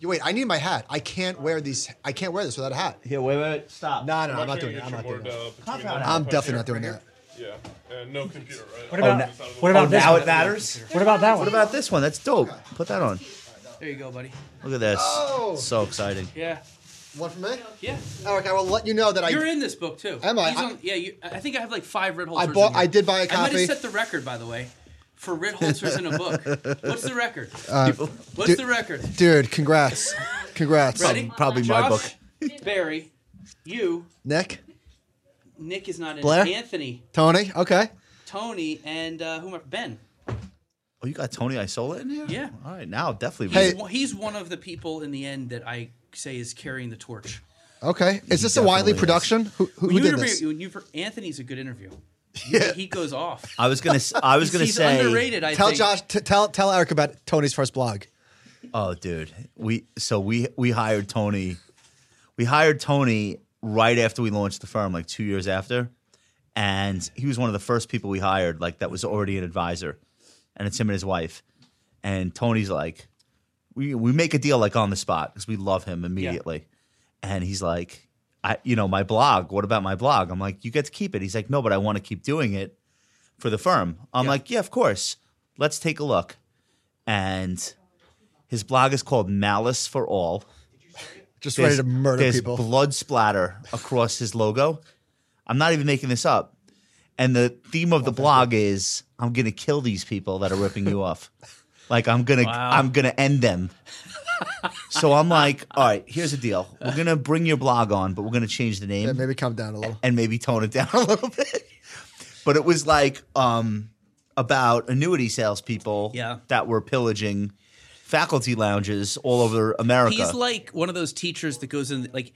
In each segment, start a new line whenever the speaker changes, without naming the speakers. Yo, wait, I need my hat. I can't wear these. I can't wear this without a hat.
Here, wait, wait, stop.
No, no, no I'm not doing it. I'm not doing
uh,
it. I'm definitely not doing that.
Yeah, and no computer, right?
What about
no.
what
Oh,
about this?
now
one?
it matters.
What about that one?
What about this one? That's dope. Put that on.
There you go, buddy.
Look at this.
Oh.
So exciting.
Yeah.
One for me.
Yeah.
Eric, I will let you know that I.
You're in this book too.
Am I?
He's
I-
on- yeah, you, I think I have like five Ritholzers.
I
in
bought.
here.
I did buy a
I might
copy.
have set the record, by the way, for Ritholzers in a book. What's the record? What's
Uh, do-
the record?
Dude, congrats, congrats.
Ready?
probably my
Josh, Barry, you,
Nick,
Nick is not in.
Blair?
it. Anthony,
Tony. Okay.
Tony, and uh, who am I? Ben.
Oh, you got Tony Isola in here?
Yeah.
All right, now definitely.
Hey,
be-
Well, he's one of the people in the end that I say is carrying the torch.
Okay. Is this a
definitely
Wiley
is.
production? Who, who,
When
who
you
did
interview,
this?
when you Anthony's a good interview.
Yeah.
He goes off.
I was gonna. s- I was gonna
he's
say.
underrated. I
Tell
think.
Josh. T- tell tell Eric about Tony's first blog.
Oh, dude, we so we we hired Tony, we hired Tony right after we launched the firm, like two years after, and he was one of the first people we hired, like that was already an advisor, and it's him and his wife, and Tony's like, we we make a deal like on the spot because we love him immediately, and he's like, I you know my blog, what about my blog? I'm like, you get to keep it. He's like, no, but I want to keep doing it for the firm. I'm like, yeah, of course, let's take a look, and. His blog is called Malice for All.
Just ready to murder
there's
people.
blood splatter across his logo. I'm not even making this up. And the theme of the blog is I'm gonna kill these people that are ripping you off. Like I'm gonna I'm gonna end them. so I'm like, all right, here's the deal. We're gonna bring your blog on, but we're gonna change the name
yeah, maybe calm down a little.
and maybe tone it down a little bit. But it was like um, about annuity salespeople
Yeah.
that were pillaging faculty lounges all over America.
He's like one of those teachers that goes in, like,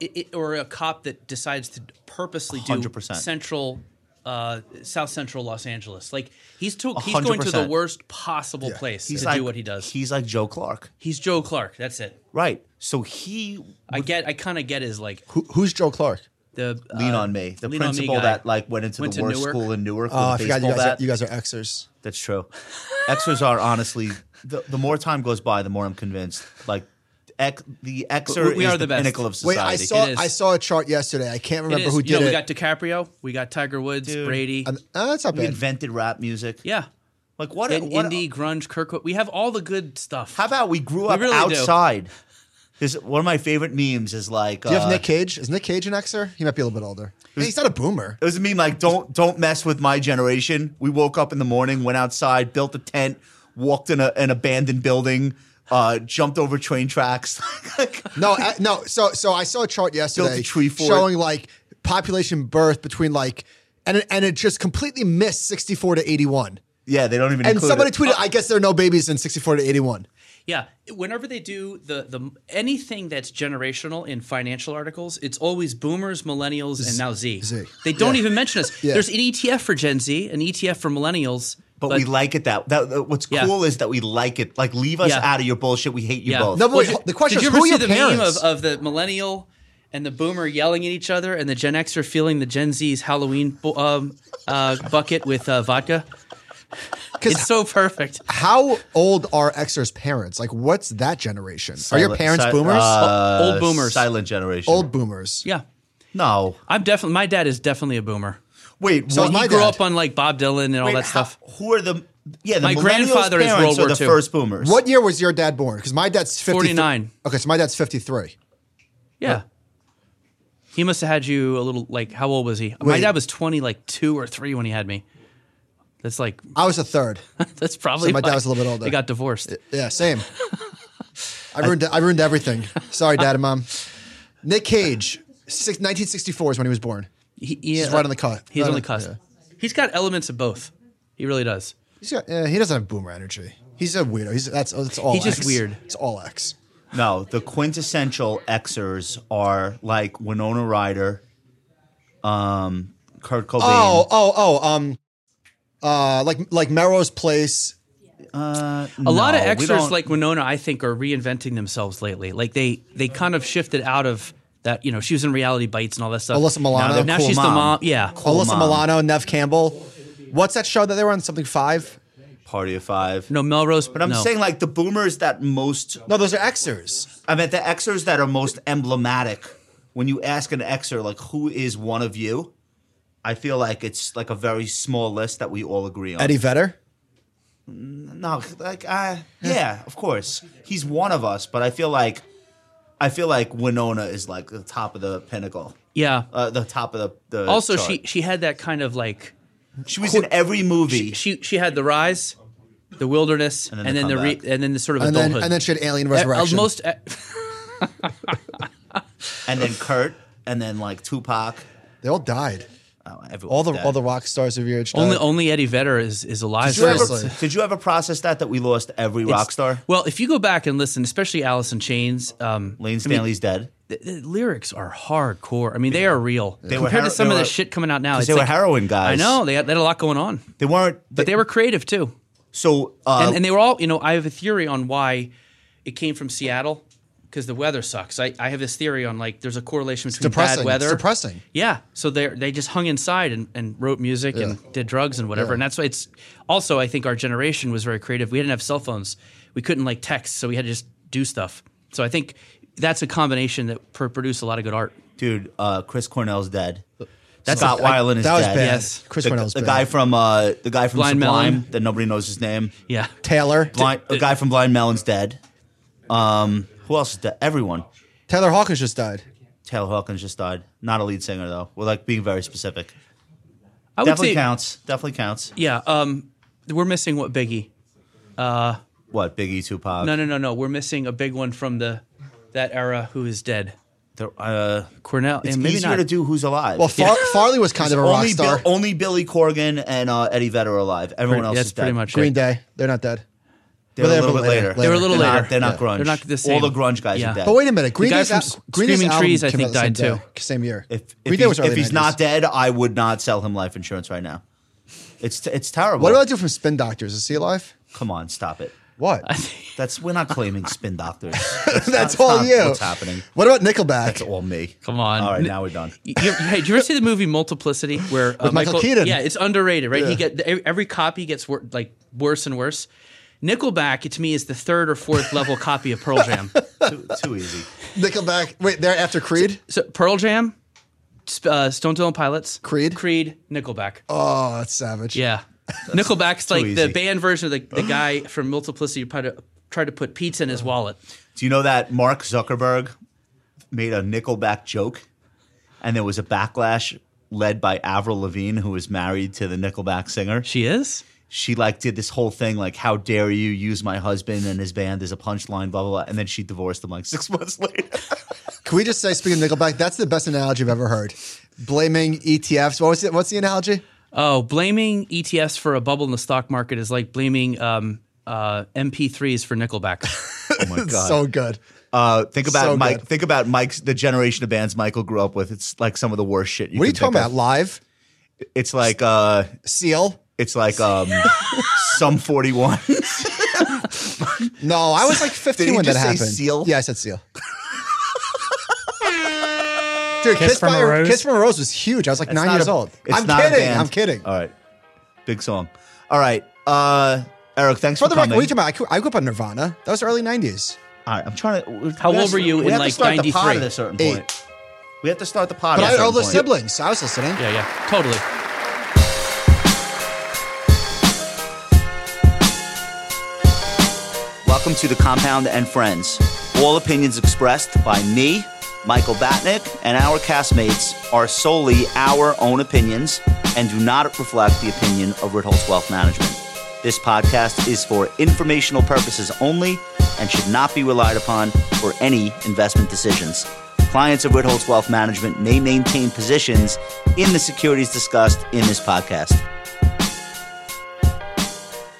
it, it, or a cop that decides to purposely do
100%.
central, uh, South Central Los Angeles. Like he's to, he's going to the
100%.
worst possible place
He's
to
like-
do what he does.
He's like Joe Clark,
he's Joe Clark. That's it.
right? So he
I get. I kind of get his like
Who, who's Joe Clark?
the uh,
lean on me, the
Lean On Me
principal
guy.
that like went into
Went
the
to
worst
Newark.
school in Newark.
Oh, I
with a
forgot you
baseball
guys. Are,
bat.
you guys are Xers.
That's true. Xers are honestly the, the more time goes by, the more I'm convinced. Like X, the Xer
We- we
is
are the best.
pinnacle of
Wait,
society.
I saw
It is.
I saw a chart yesterday. I can't
It
remember
is.
who
You know,
did
we
it.
got DiCaprio. We got Tiger Woods, Brady.
Um, uh, that's not
we
bad.
invented rap music.
yeah.
Like what?
And
what
indie grunge, Kirkwood. We have all the good stuff.
How about we grew up
really do.
outside? This one of my favorite memes is like
Do you have
uh,
Nick Cage? Is Nick Cage an Xer? He might be a little bit older. Hey, he's not a boomer.
It was a meme like don't don't mess with my generation. We woke up in the morning, went outside, built a tent, walked in a, an abandoned building, uh, jumped over train tracks.
No, uh, no. So, so I saw a chart yesterday
a tree fort.
showing like population birth between like, and it- and it just completely missed sixty four to eighty one.
yeah, they don't even.
And
include
somebody
it.
tweeted, "I guess there are no babies in sixty four to eighty one.
Yeah, whenever they do the the anything that's generational in financial articles, it's always boomers, millennials, and now Z.
Z.
They don't even mention us.
Yeah.
There's an ETF for Gen Z, an ETF for millennials.
but, we like it that. that that- what's
Yeah.
cool is that we like it. Like leave us
Yeah.
out of your bullshit. We hate you
yeah.
both.
No, but wait,
did-
the question
did you
is,
ever
who are
see
your
the
parents?
meme of, of the millennial and the boomer yelling at each other, and the Gen Xer feeling the Gen Z's Halloween bu- um, uh, bucket with uh, vodka? It's so perfect.
How old are Xer's parents? Like, what's that generation? are your
Silent-
parents
si-
boomers?
uh,
Old boomers.
silent generation.
old boomers.
Yeah,
no.
I'm definitely. My dad is definitely a boomer.
Wait,
So
what-
is my
He grew
dad.
up on like Bob Dylan and all
wait,
that
how-
stuff.
who are the? Yeah, the
My
millennials'
grandfather is
parents
World
are
War
the
II.
first boomers.
What year was your dad born? Because my dad's 53.
49.
Okay, so my dad's fifty three.
Yeah. He must have had you a little like how old was he? My
Wait.
dad was 20 like 2 or 3 when he had me. That's like
I was a third.
that's probably
So my dad
why
was a little bit older.
They got divorced.
Yeah, same. I ruined I ruined everything. Sorry, Dad and Mom. Nick Cage, six, 1964 is when he was born.
He, he- uh,
He's right on the cut.
He's
Right
on
on-
the cusp. He's got elements of both. He really does.
He's got, uh, he doesn't have boomer energy. He's a weirdo. He's that's that's all.
He's just
X.
weird.
It's all X.
No, the quintessential Xers are like Winona Ryder, um, Kurt Cobain.
Oh, oh, oh. Um, uh, like like Melrose Place.
A lot of
No, we
extras
don't-
like Winona I think are reinventing themselves lately. Like they they kind of shifted out of that, you know, she was in reality bites and all that stuff.
Alyssa Milano.
they're
Now
Cool
she's the
Mom.
Oh, mom. Yeah.
Cool
Alyssa
Mom.
Milano, Nev Campbell. What's that show that they were on? Something five.
Party of Five.
No, Melrose.
But I'm saying like the boomers that most
No, those are Xers.
I meant the Xers that are most emblematic. When you ask an Xer like who is one of you, I feel like it's like a very small list that we all agree on.
Eddie Vedder.
No, like I yeah, of course. He's one of us, but I feel like I feel like Winona is like the top of the pinnacle.
yeah.
Uh, the top of the, the
also,
chart.
she she had that kind of like
she was in every movie.
she she had the rise, the wilderness, and
then
then,
the
the re,
comeback.
and then the sort of
And then,
adulthood.
and then she had Alien
Uh, uh,
Resurrection.
most uh,
and then Kurt and then like Tupac.
they all died.
Oh, everyone
All the
dead.
all the rock stars of your age.
only
died.
only Eddie Vedder is is alive.
Did you ever-
still.
Seriously.
Did you ever process that that we lost every rock star?
Well, if you go back and listen, especially Alice in Chains, um,
Lane Stanley's dead.
the, the lyrics are hardcore. I mean, they are real
They were
compared
har-
to some
they
of the
were-
shit coming out now.
Because
It's
they were
like,
heroin guys.
I know they had, they had a lot going on,
They weren't.
but they were creative too,
so. Uh,
and, and they were all. You know, I have a theory on why it came from Seattle because the weather sucks. I, I have this theory on like there's a correlation between
depressing.
bad weather,
It's depressing.
Yeah, so they they just hung inside and, and wrote music and did drugs and whatever,
Yeah.
and that's why it's also I think our generation was very creative. We didn't have cell phones, we couldn't like text, so we had to just do stuff. So I think that's a combination that pr- produced a lot of good art.
dude, uh, Chris Cornell's dead.
That's
Scott
I-
Weiland is
that was
dead.
bad.
Yes.
Chris
the,
Cornell's
the
bad.
guy from uh, the guy from
Blind
Sublime
Melon.
that nobody knows his name.
Yeah,
Taylor.
Blind, the guy from Blind Melon's dead. Um, who else is dead? Everyone.
Taylor Hawkins just died.
Taylor Hawkins just died. Not a lead singer though. We're like being very specific.
I would
Definitely
say
counts. Definitely counts.
yeah. Um, we're missing what Biggie?
What Biggie, Tupac?
No, no, no, no. We're missing a big one from the that era who is dead.
They're, Uh,
Cornell.
it's
and maybe
easier
not.
to do who's alive.
Well, Far- Farley was kind of a rock
only,
star.
Bill- only Billy Corgan and uh, Eddie Vedder are alive. Everyone else
that's
is dead.
pretty much
Green
it.
Day. They're not dead.
They were a
Well,
little bit later.
They were a little
They're
later.
Not, they're not grunge.
They're not the
All
same.
the grunge guys
Yeah.
are dead.
But wait a minute. Green
guy
Day's
from
al-
S-
Green Day's
Screaming
album
Trees, I
came out
think,
the same
died,
day,
too.
Same year.
if if,
Green Day
he's,
was early
if he's
90s.
not dead, I would not sell him life insurance right now. It's it's terrible.
What do I do from Spin Doctors? Is he alive?
Come on, stop it.
What?
That's we're not claiming spin doctors.
That's
not-
all
not
you.
what's happening.
What about Nickelback?
It's all me.
Come on.
All right, now we're done.
You, you- hey, did you ever see the movie Multiplicity? Where uh,
With Michael Keaton.
Yeah, it's underrated, right?
Yeah.
He get e- every copy gets wor- like worse and worse. Nickelback to me is the third or fourth level copy of Pearl Jam.
Too, too easy.
Nickelback. Wait, they're after Creed.
So Pearl Jam, sp- uh, Stone Temple Pilots,
Creed?
Creed, Nickelback.
Oh, that's savage.
yeah, Nickelback's like
easy.
the band version of the, the guy from Multiplicity who tried to, tried to put pizza in his wallet.
Do you know that Mark Zuckerberg made a Nickelback joke, and there was a backlash led by Avril Lavigne, who was married to the Nickelback singer.
She is.
she like did this whole thing like how dare you use my husband and his band as a punchline blah blah blah and then she divorced him like six months later
Can we just say, speaking of Nickelback, that's the best analogy I've ever heard. Blaming ETFs. What was it? What's the analogy?
Oh, blaming ETFs for a bubble in the stock market is like blaming um, uh, MP3s for Nickelback.
oh my god
So good.
uh, think about
so
mike
good.
think about mike's the generation of bands michael grew up with it's like some of the worst shit you
What are you
can
talking
think
about? Live
of. it's like uh
Seal.
it's like um some 41
No, I was like 15
Did he
when
just
that
say
happened.
Seal?
Yeah, I said Seal. Dude, Kiss,
from
by
a Rose?
Kiss from a Rose was huge. I was like
It's
nine
not
years
a-
old.
it's
I'm
not a
kidding.
band. Oh,
I'm kidding.
all right big song all right uh eric thanks for,
For the record,
coming
what are you talking about? I grew- I grew up on Nirvana. That was early 90s.
all right i'm trying to
How old were you
we
in,
have to
like,
start the pod
93?
at a certain
Eight.
point we have to start the pod
But I
at a
had
certain
older
point.
siblings, so I was listening.
Yeah, yeah, totally.
Welcome to the Compound and Friends. All opinions expressed by me, Michael Batnick, and our castmates are solely our own opinions and do not reflect the opinion of Ritholtz Wealth Management. This podcast is for informational purposes only and should not be relied upon for any investment decisions. Clients of Ritholtz Wealth Management may maintain positions in the securities discussed in this podcast.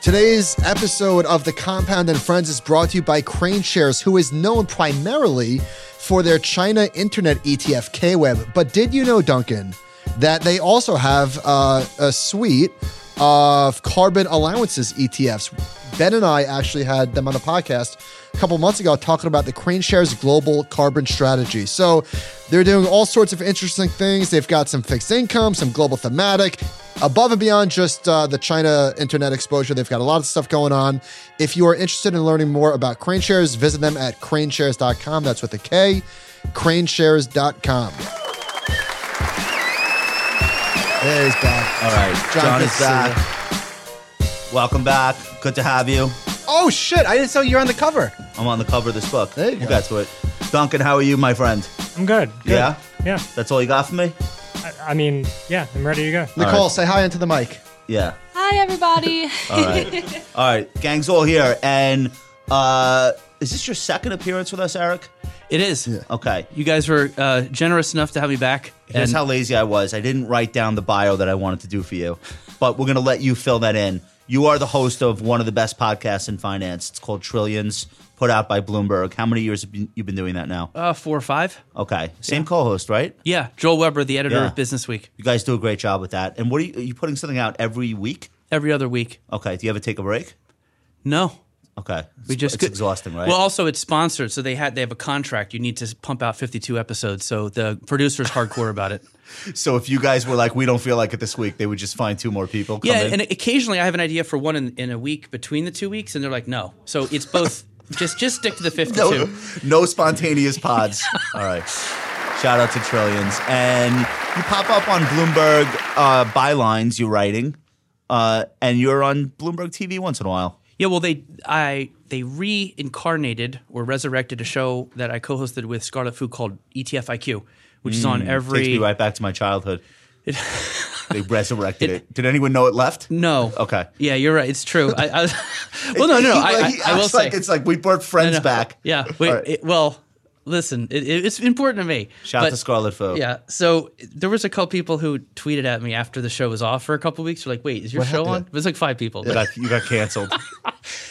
Today's episode of The Compound and Friends is brought to you by Crane Shares, who is known primarily for their China Internet ETF KWeb. But did you know, Duncan, that they also have uh, a suite of carbon allowances ETFs? Ben and I actually had them on the podcast a couple months ago talking about the Crane Shares Global Carbon Strategy. So they're doing all sorts of interesting things. They've got some fixed income, some global thematic, above and beyond just uh, the China internet exposure, they've got a lot of stuff going on. If you are interested in learning more about crane shares, visit them at craneshares.com. That's with a K, craneshares.com. There's back.
All right,
John,
John
good
is
to see
back. Welcome back. Good to have you.
Oh, shit. I didn't tell you you're on the cover.
I'm on the cover of this book.
There you go.
That's what. Duncan, how are you, my friend?
I'm good. good.
Yeah?
Yeah.
That's all you got for me?
I, I mean, yeah, I'm ready to go.
Nicole, say hi into the mic.
Yeah.
Hi, everybody.
All right. all right. Gang's all here. And uh is this your second appearance with us, Eric?
It is.
Okay.
You guys were uh, generous enough to have me back.
Here's
and-
how lazy I was. I didn't write down the bio that I wanted to do for you, but we're going to let you fill that in. You are the host of one of the best podcasts in finance. It's called Trillions, put out by Bloomberg. How many years have you you been doing that now?
uh, four or five.
Okay. Same co host, right?
Yeah, Joel Weber, the editor
Yeah.
of Business Week,
You guys do a great job with that. And what are you, are you putting something out every week?
every other week.
Okay. Do you ever take a break?
No,
Okay.
we just
it's
could-
exhausting, right?
Well, also it's sponsored, so they had they have a contract. You need to pump out fifty two episodes, so the producer's hardcore about it.
so if you guys were like, we don't feel like it this week, they would just find two more people. Come
Yeah,
in.
and occasionally I have an idea for one in, in a week between the two weeks, and they're like, no. So it's both. just just stick to the fifty two.
no, no spontaneous pods. All right. Shout out to Trillions. And you pop up on Bloomberg uh, bylines, you're writing, uh, and you're on Bloomberg TV once in a while.
Yeah, well, they I they reincarnated or resurrected a show that I co-hosted with Scarlett Fu called E ETF IQ, which is on every.
Hmm, Takes me right back to my childhood. they resurrected it, Did anyone know it left?
No.
Okay.
Yeah, you're right. It's true. I, I, well, no, no, no.
He-
I,
like,
I,
he
I will
acts
say.
like it's like we brought friends
No, no.
back.
Yeah. Wait,
All right.
it- well, listen, it, it- it's important to me.
Shout out
but-
to Scarlet Foe.
Yeah. So there was a couple people who tweeted at me after the show was off for a couple weeks. They're like, "Wait, is your show on?" It was like five people.
You got, you got canceled.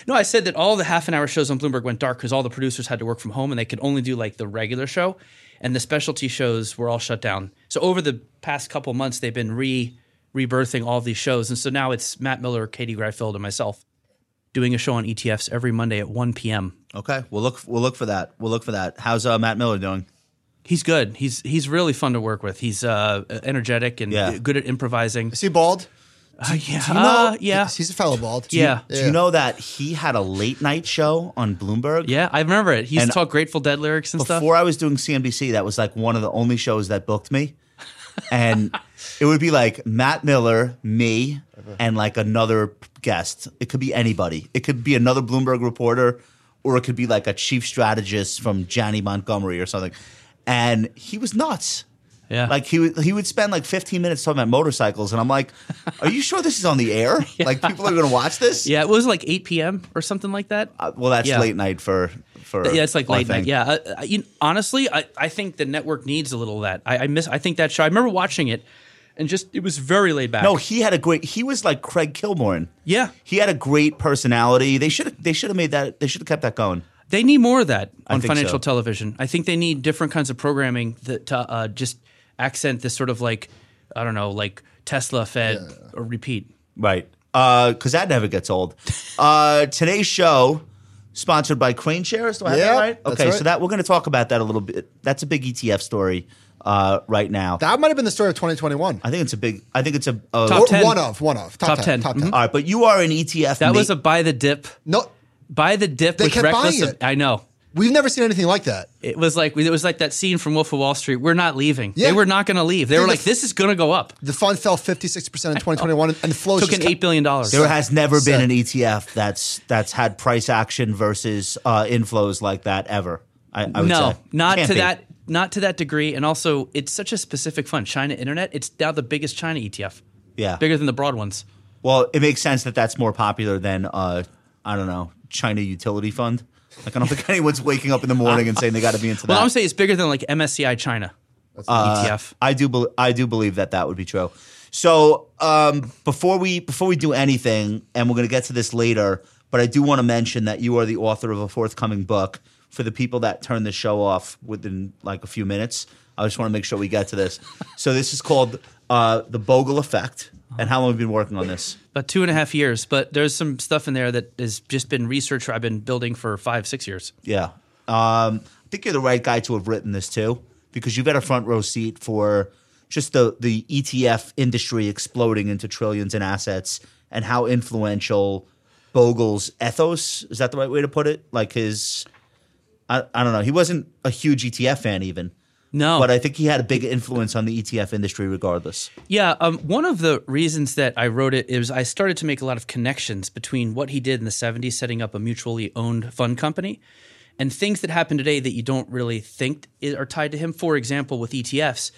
No, I said that all the half an hour shows on Bloomberg went dark because all the producers had to work from home and they could only do like the regular show, and the specialty shows were all shut down. So over the past couple months, they've been re rebirthing all these shows, and so now it's Matt Miller, Katie Greifeld, and myself doing a show on ETFs every Monday at 1 p.m.
okay. We'll look, we'll look for that. We'll look for that. How's uh, Matt Miller doing?
He's good. He's he's really fun to work with. He's uh, energetic and
Yeah.
good at improvising.
Is he bald?
Uh, yeah,
No,
uh, yeah,
He's a fellow bald.
yeah.
Do you know that he had a late night show on Bloomberg?
yeah. I remember it. He's
And
taught Grateful Dead lyrics and stuff.
Before I was doing CNBC, that was like one of the only shows that booked me. And it would be like Matt Miller, me, and like another guest. It could be anybody. It could be another Bloomberg reporter, or it could be like a chief strategist from Johnny Montgomery or something. And he was nuts.
Yeah.
Like he would, he would spend like 15 minutes talking about motorcycles, and I'm like, "Are you sure this is on the air? Like people are going to watch this?
yeah, it was like 8 p.m. or something like that.
Uh, Well, that's
Yeah.
late night for for
Yeah, it's like
our
late night.
thing.
Yeah, I, I, you- honestly, I, I think the network needs a little of that. I, I miss. I think that show. I remember watching it, and just it was very laid back.
No, he had a great. He was like Craig Kilborn.
Yeah.
he had a great personality. They should they should have made that. They should have kept that going.
they need more of that on
think
financial
so.
television. I think they need different kinds of programming that to uh, just accent this sort of like I don't know, like Tesla fed or repeat.
Right. Because Uh, that never gets old. Uh, today's show sponsored by Crane Shares. Do I have
Yeah,
that right?
that's
Okay,
right.
so that we're going to talk about that a little bit. That's a big ETF story uh, right now.
That might have been the story of 2021.
I think it's a big. I think it's a. a
Uh, Top
Or
10.
One of, one of. Top,
Top
10.
Mm-hmm. 10.
Top 10.
all right, but you are an ETF.
Hmm? That
ma-
was a buy the dip,
No,
buy the dip
They
with
kept
reckless.
buying
ab-
it.
I know.
we've never seen anything like that.
It was like it was like that scene from Wolf of Wall Street. We're not leaving.
Yeah.
They were not going to leave. They were
the
like,
f-
"This is going to go up."
The fund fell 56% in 2021 and the flows
Took
just
an eight
kept-
billion dollars.
There has never been an ETF that's that's had price action versus uh, inflows like that ever. I, I would
no,
say.
not
Can't
to
be.
that, not to that degree. And also, it's such a specific fund. China Internet. It's now the biggest China ETF.
Yeah.
bigger than the broad ones.
Well, it makes sense that that's more popular than uh, I don't know China utility fund. Like I don't think anyone's waking up in the morning and saying they got to be into that.
Well, I'm saying it's bigger than like MSCI China E ETF.
I do bel I do believe that that would be true. So um, before we before we do anything, and we're going to get to this later, but I do want to mention that you are the author of a forthcoming book for the people that turn the show off within like a few minutes. I just want to make sure we get to this. so this is called uh, the Bogle Effect. And how long have you been working on this?
About two and a half years, but there's some stuff in there that has just been research I've been building for five, six years.
Yeah. Um, I think you're the right guy to have written this too, because you've had a front row seat for just the the ETF industry exploding into trillions in assets and how influential Bogle's ethos is that the right way to put it? Like his, I, I don't know. He wasn't a huge ETF fan even,
No,
but I think he had a big influence on the ETF industry regardless.
Yeah, um, one of the reasons that I wrote it is I started to make a lot of connections between what he did in the 70s, setting up a mutually owned fund company, and things that happen today that you don't really think i- are tied to him. For example, with ETFs,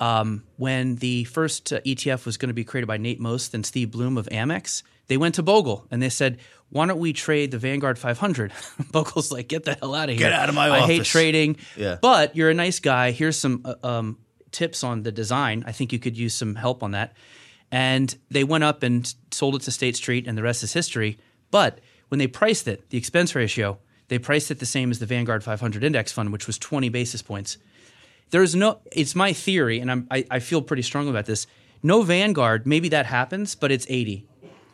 um, when the first uh, ETF was going to be created by Nate Most and Steve Bloom of Amex, they went to Bogle and they said, "Why don't we trade the Vanguard 500?" Bogle's like, "Get the hell out of here!
out of my
I hate
office."
trading,
Yeah.
but you're a nice guy. Here's some uh, um, tips on the design. I think you could use some help on that." And they went up and sold it to State Street, and the rest is history. But when they priced it, the expense ratio, they priced it the same as the Vanguard 500 index fund, which was 20 basis points there's no it's my theory and I'm, I, I feel pretty strong about this no vanguard maybe that happens but it's 80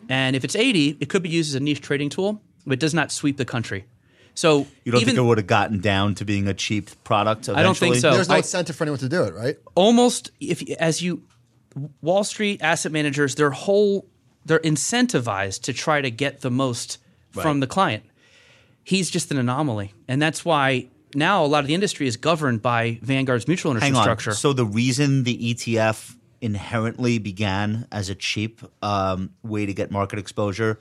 and if it's 80 it could be used as a niche trading tool but it does not sweep the country so
You don't
even
think it would have gotten down to being a cheap product? Eventually?
don't think so.
There's no
I-
incentive for anyone to do it, right?
almost if as you Wall Street asset managers, their whole they're incentivized to try to get the most from the client. He's just an anomaly, and that's why now a lot of the industry is governed by Vanguard's mutual ownership
Hang on.
structure.
So the reason the ETF inherently began as a cheap um, way to get market exposure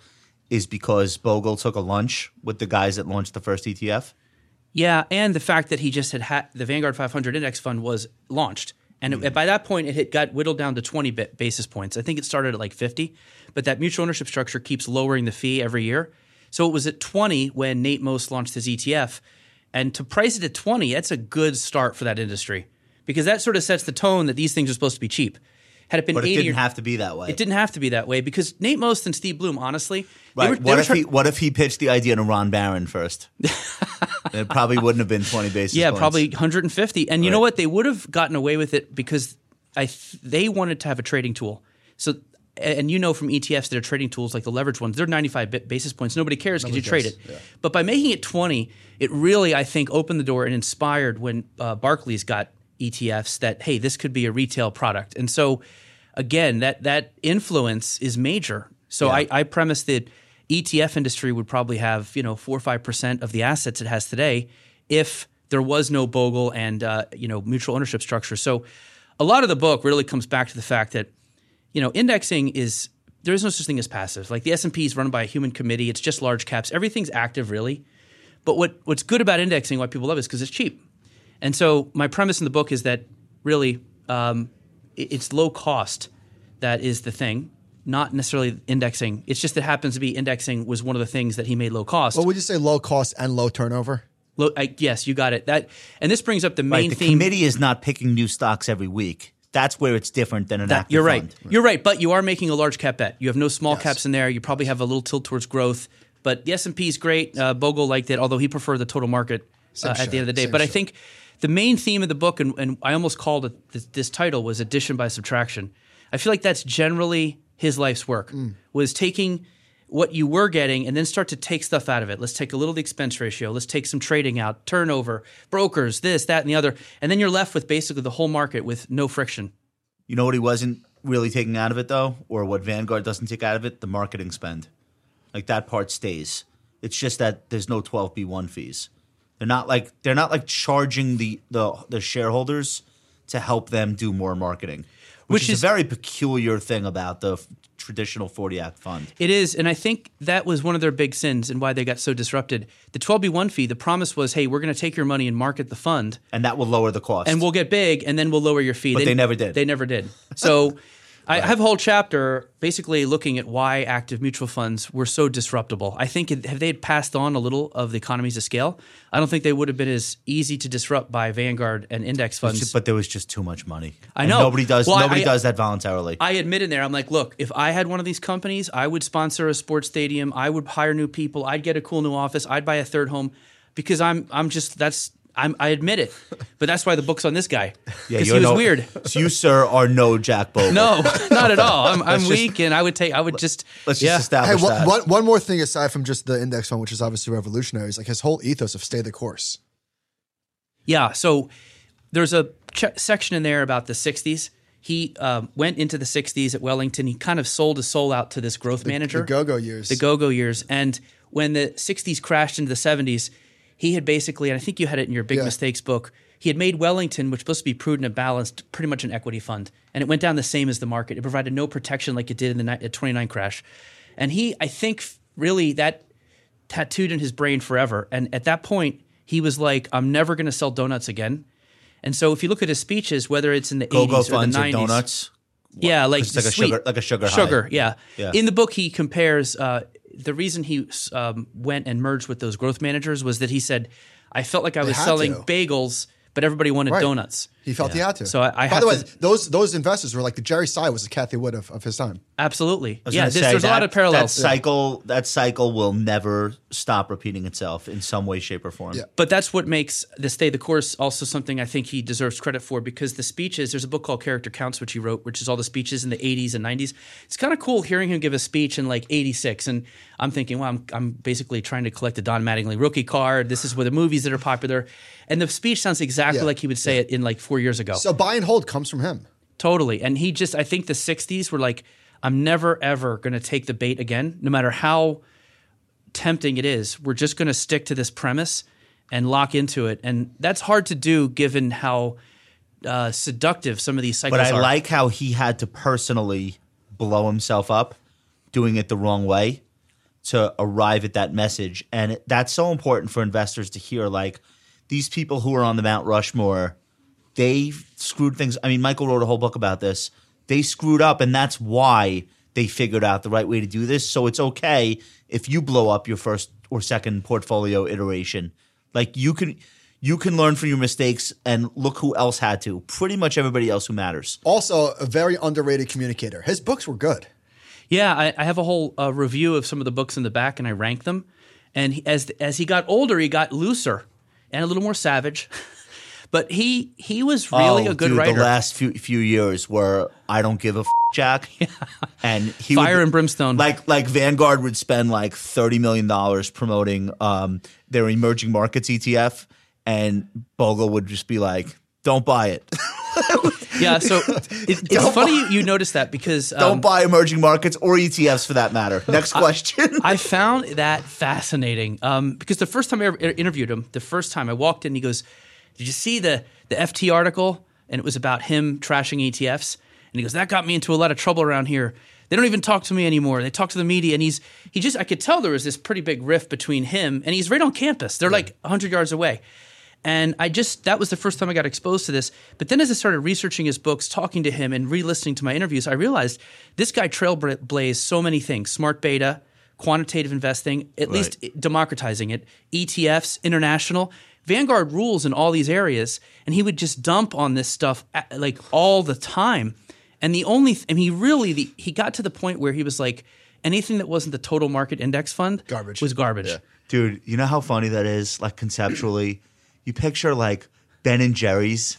is because Bogle took a lunch with the guys that launched the first E ETF.
Yeah, and the fact that he just had ha- the Vanguard 500 index fund was launched, and
Hmm.
it- by that point it had got whittled down to 20 ba- basis points. I think it started at like 50, but that mutual ownership structure keeps lowering the fee every year. So it was at 20 when Nate Most launched his ETF, and to price it at 20, that's a good start for that industry because that sort of sets the tone that these things are supposed to be cheap. Had it been
But it
80,
didn't
or-
have to be that way.
it didn't have to be that way because Nate Most and Steve Bloom, honestly, they
Right.
were- they
what
were
if
try-
he What if he pitched the idea to Ron Barron first? it probably wouldn't have been twenty basis.
Yeah,
points.
probably 150. And you know
Right.
what? They would have gotten away with it because I th- they wanted to have a trading tool. So, and you know from E ETFs that are trading tools like the leverage ones, they're 95 bi- basis points. Nobody cares because you trade it. But by making it 20, it really I think opened the door and inspired when uh, Barclays got ETFs that hey, this could be a retail product. And so, again, that that influence is major. So I, I premise that ETF industry would probably have you know four or five percent of the assets it has today if there was no Bogle and uh, you know mutual ownership structure. So a lot of the book really comes back to the fact that you know indexing is there is no such thing as passive. Like the S and P is run by a human committee. It's just large caps. Everything's active really. But what what's good about indexing, why people love it, is because it's cheap. And so my premise in the book is that really um, it- it's low cost that is the thing. Not necessarily indexing. It's just that happens to be indexing was one of the things that he made low cost.
But would you say low cost and low turnover?
Lo- I, yes, you got it. That and this brings up the main
Right, the
theme.
committee is not picking new stocks every week. That's where it's different than an
That-
active
you're right.
fund.
You're right. But you are making a large cap bet. You have no small caps in there. You probably have a little tilt towards growth. But the S and P is great. Uh, Bogle liked it, although he preferred the total market uh, at
shot,
the end of the day.
same
But I
shot.
think the main theme of the book, and, and I almost called it this, this title, was addition by subtraction. I feel like that's generally his life's work
Mm.
was taking what you were getting and then start to take stuff out of it. Let's take a little of the expense ratio. Let's take some trading out, turnover, brokers, this, that, and the other. And then you're left with basically the whole market with no friction.
You know what he wasn't really taking out of it though, or what Vanguard doesn't take out of it? The marketing spend. Like that part stays. It's just that there's no 12b1 fees. They're not like they're not like charging the the, the shareholders to help them do more marketing, which,
Which
is,
is-
a very peculiar thing about the f- traditional 40 act fund.
It is, and I think that was one of their big sins and why they got so disrupted. The 12B1 fee, the promise was, hey, we're going to take your money and market the fund,
And that will lower the cost.
and we'll get big, and then we'll lower your fee. But
they never did.
They never did. So I have a whole chapter basically looking at why active mutual funds were so disruptible. I think it- if they had passed on a little of the economies of scale, I don't think they would have been as easy to disrupt by Vanguard and index funds.
but there was just too much money.
I
And
know.
nobody does.
Well, I-
nobody
I-
does that voluntarily.
I admit in there, I'm like, look, if I had one of these companies, I would sponsor a sports stadium, I would hire new people, I'd get a cool new office, I'd buy a third home, because I'm I'm just that's I'm I admit it, but that's why the book's on this guy because he
you're
was
no-
weird.
So you, sir, are no Jack Bogle.
No, not at all. I'm, I'm
just-
weak, and I would take I would just
Let's
yeah.
just establish
Hey, one,
that.
one, one more thing aside from just the index fund, which is obviously revolutionary, is like his whole ethos of stay the course.
Yeah. So there's a ch- section in there about the 60s He um, went into the 60s at Wellington. He kind of sold his soul out to this growth manager.
The Go Go years.
the go-go years and when the 60s crashed into the 70s he had basically and i think you had it in your big
Yeah.
mistakes book he had made wellington which was supposed to be prudent and balanced pretty much an equity fund and it went down the same as the market it provided no protection like it did in the ni- uh, 29 crash and he i think f- really that tattooed in his brain forever and at that point he was like i'm never going to sell donuts again and so if you look at his speeches whether it's in the
Go
80s
go
or the
funds
90s
or donuts.
yeah, like
It's like
the
a
sweet-
sugar- like a sugar high.
sugar. Yeah.
Yeah.
In the book, he compares uh, the reason he um, went and merged with those growth managers was that he said, "I felt like I was
had
selling
to.
bagels, but everybody wanted donuts."
He felt he had to.
So I- I
By
have
the way,
to-
those those investors were like the Jerry Sy was the Kathy Wood of, of his time.
Absolutely.
I was
Yeah.
gonna
This,
say
there's a lot
that-
of parallels.
That cycle, that cycle will never stop repeating itself in some way, shape, or form.
Yeah.
But that's what makes the stay the course also something I think he deserves credit for because the speeches. There's a book called Character Counts, which he wrote, which is all the speeches in the 80s and 90s. It's kind of cool hearing him give a speech in like 86, and I'm thinking, well, I'm, I'm basically trying to collect a Don Mattingly rookie card. This is where the movies that are popular, and the speech sounds exactly
Yeah.
like he would say it in like four years ago.
So buy and hold comes from him.
Totally. And he just, I think the 60s were like, I'm never, ever going to take the bait again, no matter how tempting it is. We're just going to stick to this premise and lock into it. And that's hard to do given how uh, seductive some of these cycles
But I
are.
like how he had to personally blow himself up, doing it the wrong way, to arrive at that message, and it- that's so important for investors to hear. Like these people who are on the Mount Rushmore, they screwed things. I mean, Michael wrote a whole book about this. They screwed up, and that's why they figured out the right way to do this. So it's okay if you blow up your first or second portfolio iteration. Like you can, you can learn from your mistakes and look who else had to. Pretty much everybody else who matters.
Also, a very underrated communicator. His books were good.
Yeah, I, I have a whole uh, review of some of the books in the back, and I rank them. And he, as as he got older, he got looser and a little more savage. but he he was really
Oh,
a good
dude,
writer.
The last few few years were I don't give a f- Jack, and he
Fire
would,
and brimstone.
Like like Vanguard would spend like thirty million dollars promoting um, their emerging markets ETF, and Bogle would just be like, "Don't buy it,
yeah, so it, it's
Don't
funny you, you notice that because
don't
um,
buy emerging markets or ETFs for that matter." Next question.
I found that fascinating um, because the first time I ever interviewed him, the first time I walked in, he goes, "Did you see the the FT article?" And it was about him trashing ETFs. And he goes, "That got me into a lot of trouble around here. They don't even talk to me anymore. They talk to the media." And he's he just I could tell there was this pretty big rift between him and he's right on campus. They're like hundred yards away. And I just, that was the first time I got exposed to this. But then as I started researching his books, talking to him, and re listening to my interviews, I realized this guy trailblazed so many things smart beta, quantitative investing, at least democratizing it, ETFs, international. Vanguard rules in all these areas. And he would just dump on this stuff at- like all the time. And the only, th- and he really, the, he got to the point where he was like, anything that wasn't the total market index fund
Garbage.
was garbage.
Dude, you know how funny that is? Like conceptually, you picture like Ben and Jerry's,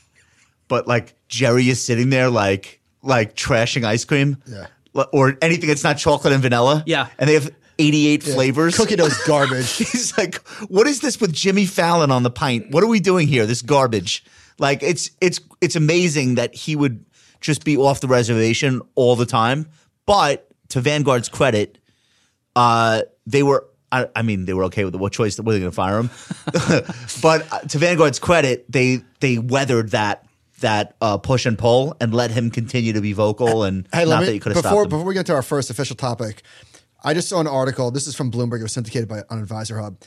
but like Jerry is sitting there like like trashing ice cream.
Yeah.
L- Or anything that's not chocolate and vanilla.
Yeah.
And they have 88 flavors.
Cookie dough's garbage.
He's like, what is this with Jimmy Fallon on the pint? What are we doing here? This garbage. Like it's it's it's amazing that he would just be off the reservation all the time. But to Vanguard's credit, uh, they were. I, I mean, they were okay with it. What choice were they going to fire him? but uh, to Vanguard's credit, they they weathered that that uh, push and pull and let him continue to be vocal and
Hey,
not
let me,
that you could have
before
stopped him.
before we get to our first official topic, I just saw an article. This is from Bloomberg. It was syndicated by on Advisor Hub.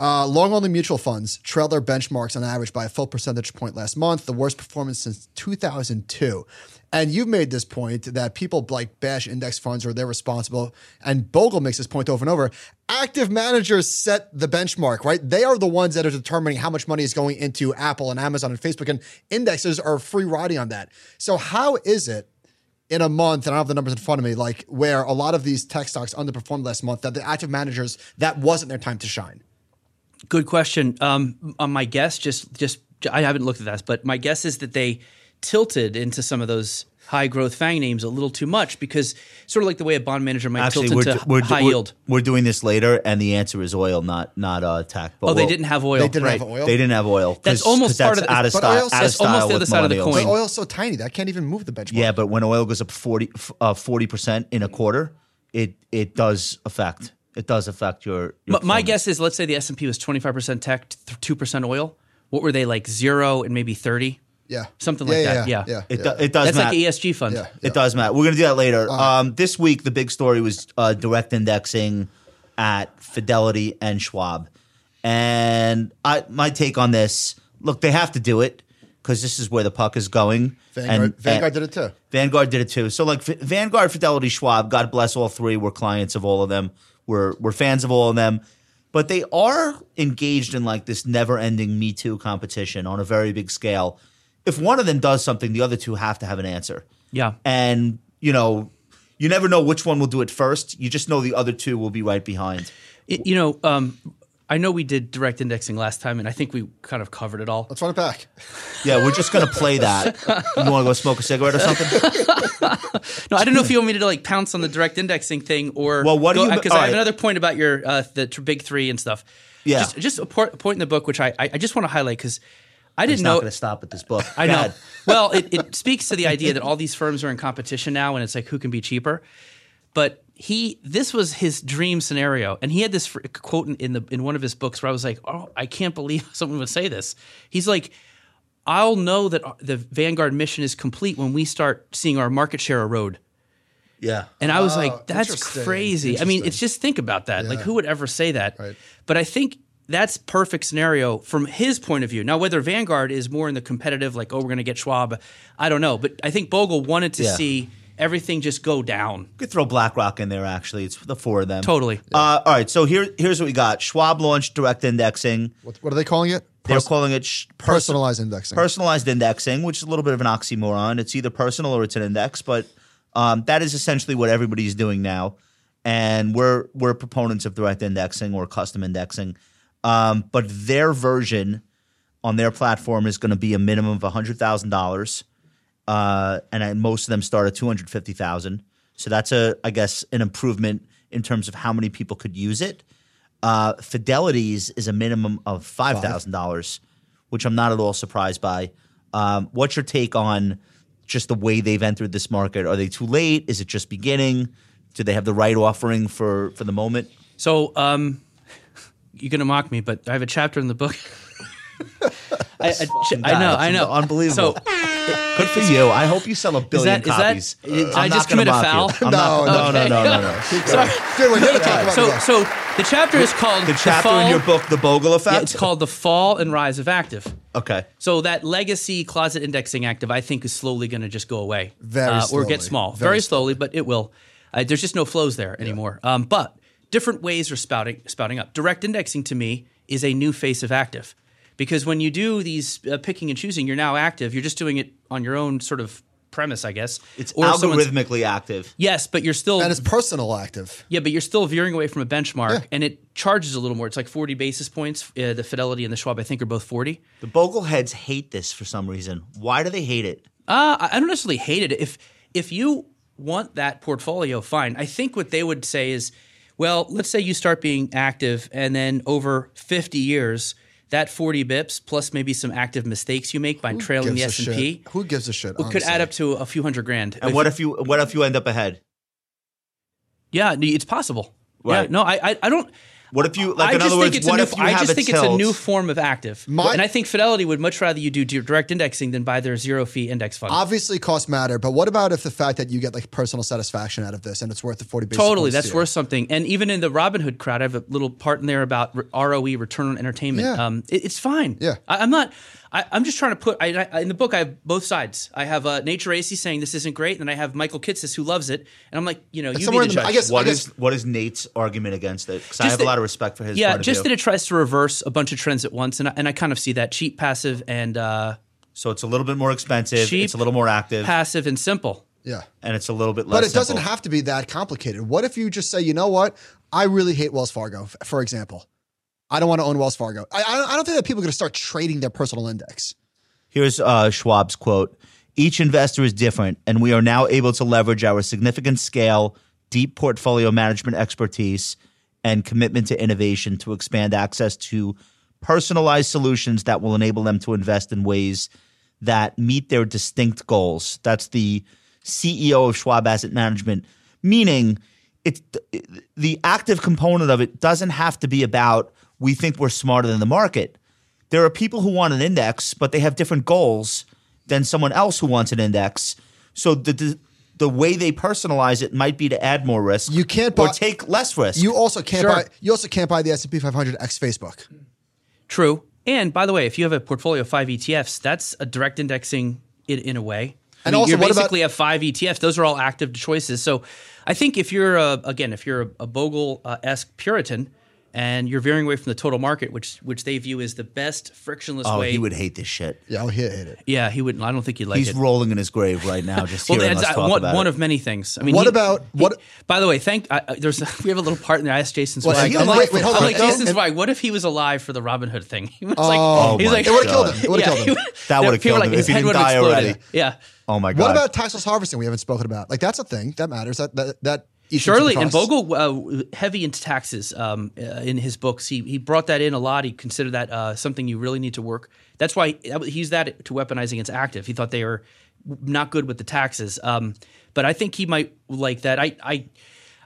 Uh, long only mutual funds trail their benchmarks on average by a full percentage point last month, the worst performance since 2002. And you've made this point that people like bash index funds or they're responsible. And Bogle makes this point over and over. Active managers set the benchmark, right? They are the ones that are determining how much money is going into Apple and Amazon and Facebook, and indexes are free riding on that. So, how is it in a month, and I don't have the numbers in front of me, like where a lot of these tech stocks underperformed last month, that the active managers, that wasn't their time to shine.
uh, Good question. Um, on my guess, just just I haven't looked at that, but my guess is that they tilted into some of those high growth fang names a little too much because sort of like the way a bond manager might
Actually, we're,
tilt into
d- we're, d-
high
we're-
yield.
we're doing this later, and the answer is oil, not not uh, tech. But
Oh, they
we'll-
didn't have oil.
They didn't have
right.
oil.
They didn't have oil. 'cause-
That's almost
'cause
part
that's
of the-
out of
but
style.
oil-
out of
that's
almost
style
the other
with
side of the
millennials.
coin.
But oil's so tiny that can't even move the benchmark.
Yeah, but when oil goes up 40 percent in a quarter, it it does affect it does affect your. your
But my
performance.
guess is, let's say the S and P was twenty five percent tech, two percent oil. What were they like zero and maybe thirty?
yeah,
Something
yeah,
like
yeah,
that,
Yeah,
yeah.
it do, it does
That's
matter.
like E ESG fund.
Yeah.
It does matter. We're gonna do that later. Um, this week the big story was uh, direct indexing at Fidelity and Schwab, and I my take on this. Look, they have to do it because this is where the puck is going.
Vanguard,
and,
Vanguard
and-
did it too.
Vanguard did it too. So like F- Vanguard, Fidelity, Schwab, God bless all three. We're clients of all of them. We're we're fans of all of them. But they are engaged in like this never-ending Me Too competition on a very big scale. If one of them does something, the other two have to have an answer.
Yeah.
And you know, you never know which one will do it first. You just know the other two will be right behind.
Y- You know, um, I know we did direct indexing last time, and I think we kind of covered it all.
Let's run it back.
Yeah, we're just gonna play that. You want to go smoke a cigarette or something?
No, I don't know if you want me to like pounce on the direct indexing thing or
Well, what do you-
Because I have
alright.
another point about your uh, the tr- big three and stuff.
Yeah.
just, just a, por- a point in the book which I I, I just want to highlight because I didn't
It's not
know.
gonna stop at this book.
I know.
God.
well, it, it speaks to the idea that all these firms are in competition now, and it's like who can be cheaper. But he, this was his dream scenario, and he had this fr- quote in, in the in one of his books where I was like, "Oh, I can't believe someone would say this." He's like, "I'll know that uh, the Vanguard mission is complete when we start seeing our market share erode."
Yeah.
And I was like, that's
interesting,
crazy. I mean, it's just think about that. Like, who would ever say that?
Right.
But I think that's perfect scenario from his point of view. Now, whether Vanguard is more in the competitive, like, oh, we're going to get Schwab, I don't know. But I think Bogle wanted to
Yeah.
see everything just go down.
Could throw BlackRock in there. Actually, it's the four of them.
Totally.
Uh, all right. So here, here's what we got. Schwab launched direct indexing.
What, what are they calling it?
They're
Pers-
calling it sh- pers-
personalized indexing.
personalized indexing, which is a little bit of an oxymoron. It's either personal or it's an index, but um, that is essentially what everybody's doing now. And we're we're proponents of direct indexing or custom indexing, um, but their version on their platform is going to be a minimum of hundred thousand dollars, uh, and I, most of them start at two hundred fifty thousand. So that's a I guess an improvement in terms of how many people could use it. Uh, Fidelity's is a minimum of five thousand dollars, which I'm not at all surprised by. Um, what's your take on just the way they've entered this market? Are they too late? Is it just beginning? Do they have the right offering for for the moment?
So, um, you're going to mock me, but I have a chapter in the book. I, I- I know,
That's
I know.
unbelievable.
So,
Good for you. I hope you sell a billion
that- is that-
copies.
did
I'm
I
not
just
gonna
commit a
mock you.
foul?
I'm not-
No,
no, no, no, no, no.
Dude, we're here to talk about
so,
this.
so the chapter is called
The chapter in
Fall-
your book, The Bogle Effect.
Yeah, it's called The Fall and Rise of Active.
Okay.
So that legacy closet indexing active, I think, is slowly going to just go away, Uh,
Very
or
slowly.
get small, very,
Very
slowly, but it will. Uh, there's just no flows there anymore. Um, but different ways are spouting spouting up. Direct indexing to me is a new face of active, because when you do these uh, picking and choosing, you're now active. You're just doing it on your own sort of premise, I guess.
It's
someone's-
algorithmically active.
Yes, but you're still
and it's personal active.
yeah, but you're still veering away from a benchmark, and it charges a little more. It's like 40 basis points. Uh, the Fidelity and the Schwab, I think, are both 40.
The Bogle heads hate this for some reason. Why do they hate it?
Uh, I I don't necessarily hate it. If if you want that portfolio, fine. I think what they would say is, well, let's say you start being active, and then over 50 years, that 40 bips plus maybe some active mistakes you make by trailing the
Gives a
S and P
shit. Who gives a shit?
could add up to a few hundred grand.
And what if you what if you end up ahead?
yeah, it's possible. Yeah,
Right.
no, I, I I don't.
What if you like?
I
in
just
other
think
words,
it's a
what
new.
if you
I
have
just
a
think
tilt?
it's a new form of active,
My-
and I think Fidelity would much rather you do di- direct indexing than buy their zero fee index fund.
Obviously, costs matter, but what about if the fact that you get like personal satisfaction out of this and it's worth the forty basis
Totally,
points
that's
to you?
worth something. And even in the Robinhood crowd, I have a little part in there about re- ROE, E, return on entertainment.
Yeah.
Um, it- it's fine.
Yeah.
I, I'm not. I, I'm just trying to put. I, I, in the book, I have both sides. I have uh, Nate Racy saying this isn't great, and then I have Michael Kitsis who loves it. And I'm like, you know, you
somewhere
need to
in the- I
judge.
guess-
What
guess-
is what is Nate's argument against it? Because I
Just
have a
that-
lot of respect for his.
yeah,
point of
just
view.
that it tries to reverse a bunch of trends at once, and I, and I kind of see that cheap, passive, and uh,
so it's a little bit more expensive.
Cheap,
It's a little more active,
passive and simple.
Yeah,
and it's a little bit less.
but it doesn't
simple.
have to be that complicated. What if you just say, you know what? I really hate Wells Fargo, f- for example. I don't want to own Wells Fargo. I, I, don't, I don't think that people are going to start trading their personal index.
Here's uh, Schwab's quote Each investor is different, and we are now able to leverage our significant scale, deep portfolio management expertise, and commitment to innovation to expand access to personalized solutions that will enable them to invest in ways that meet their distinct goals. That's the CEO of Schwab Asset Management, meaning it's the active component of it doesn't have to be about we think we're smarter than the market there are people who want an index, but they have different goals than someone else who wants an index. So the the, the way they personalize it might be to add more risk.
You can't
or
buy-
take less risk.
You also can't
Sure.
buy. You also can't buy the S and P 500 x Facebook.
True. And by the way, if you have a portfolio of five ETFs, that's a direct indexing in, in a way. I
And
mean,
also,
you
what about-
basically have five ETFs. Those are all active choices. So I think if you're a, again, if you're a, a Bogle esque Puritan and you're veering away from the total market, which which they view as the best frictionless
oh,
way.
he would hate this shit.
Oh, Yeah, I'll hit, hit it.
yeah, he wouldn't. I don't think he'd like
He's
it.
rolling in his grave right now. Just
Well,
hearing
that's
us
uh,
talk
one,
about
one
it.
of many things. I mean,
What
he-
about-
he-
what-
by the way, thank. I, I- there's we have a little part in there. I asked Jason
Well,
Zweig.
he-
I'm
wait,
like,
wait, hold on,
I'm like,
though.
Jason
And-
Zweig. What if he was alive for the Robin Hood thing? He was like,
Oh
he was
my
like,
It would have killed
God.
him. It would have killed him.
That would've
people
killed
like,
him if
his
he
head
didn't
would've
die
exploded.
already.
Yeah.
oh my god!
What about taxless harvesting? We haven't spoken about. Like that's a thing that matters. That that that eats into the
Shirley and
costs.
Bogle uh, heavy into taxes um, uh, in his books. He he brought that in a lot. He considered that uh, something you really need to work. That's why that was- he used that to weaponize against active. He thought they were not good with the taxes. Um, but I think he might like that. I I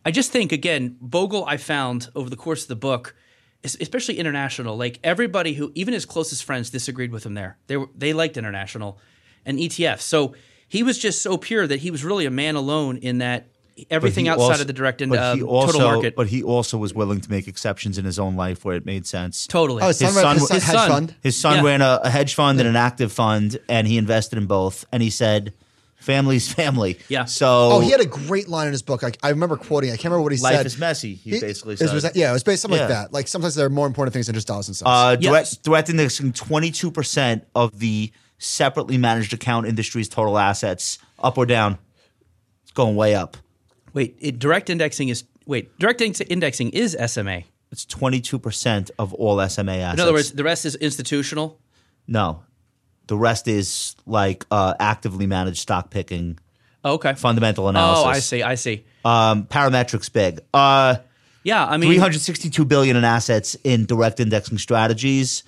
I just think again, Bogle. I found over the course of the book. es- Especially international, like everybody who, even his closest friends, disagreed with him. There, they were, they liked international, and ETF. So he was just so pure that he was really a man alone in that
But
everything
he
outside
also-
of the direct and
but
uh,
he also-
total market.
But he also was willing to make exceptions in his own life where it made sense.
totally.
Oh, his son,
His son-
his son,
his
hedge
son.
fund.
His son
Yeah.
ran a, a hedge fund and an active fund, and he invested in both. And he said, "Family's family."
Yeah.
So
Oh, he had a great line in his book. I, I remember quoting. I can't remember what he
Life
said.
is messy, he basically
it was-
said.
yeah, it was based something like
Yeah.
that. Like sometimes there are more important things than just dollars and cents.
Uh,
Yes.
direct, direct indexing 22% of the separately managed account industry's total assets, up or down. It's going way up.
Wait, it, direct indexing is wait. Direct in- indexing is SMA.
It's 22% of all SMA assets.
In other words, the rest is institutional.
no. The rest is like uh, actively managed stock picking,
Oh, okay.
fundamental analysis.
Oh, I see. I see.
Um, parametrics big. Uh,
Yeah, I mean,
362 billion in assets in direct indexing strategies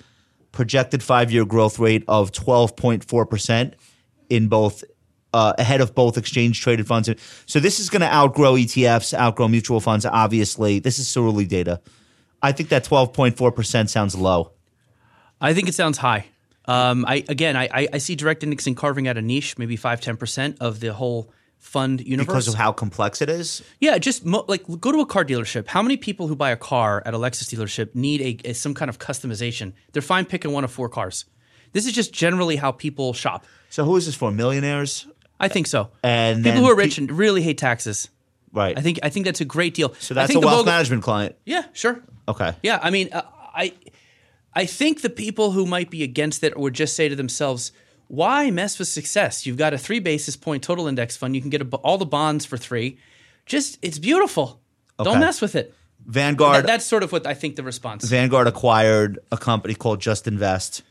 projected five-year growth rate of 12.4% in both uh, ahead of both exchange traded funds so this is going to outgrow etfs outgrow mutual funds obviously this is surly data i think that 12.4% sounds low
I think it sounds high. Um, I again, I, I I see direct indexing carving out a niche, maybe five ten percent of the whole fund universe
because of how complex it is
Yeah, just mo- like go to a car dealership. How many people who buy a car at a Lexus dealership need a, a- some kind of customization? They're fine picking one of four cars. This is just generally how people shop.
so who is this for millionaires
I think so.
And
people
then
who are
pe-
rich and really hate taxes.
right
I think I think that's a great deal.
so that's
I think
a
the
wealth
Bogle-
management client
Yeah, sure.
okay
Yeah, I mean, uh, I I think the people who might be against it would just say to themselves, "Why mess with success? You've got a three basis point total index fund. You can get a, all the bonds for three. Just it's beautiful.
Okay.
Don't mess with it."
vanguard
That- that's sort of what I think the response. is.
Vanguard acquired a company called Just Invest,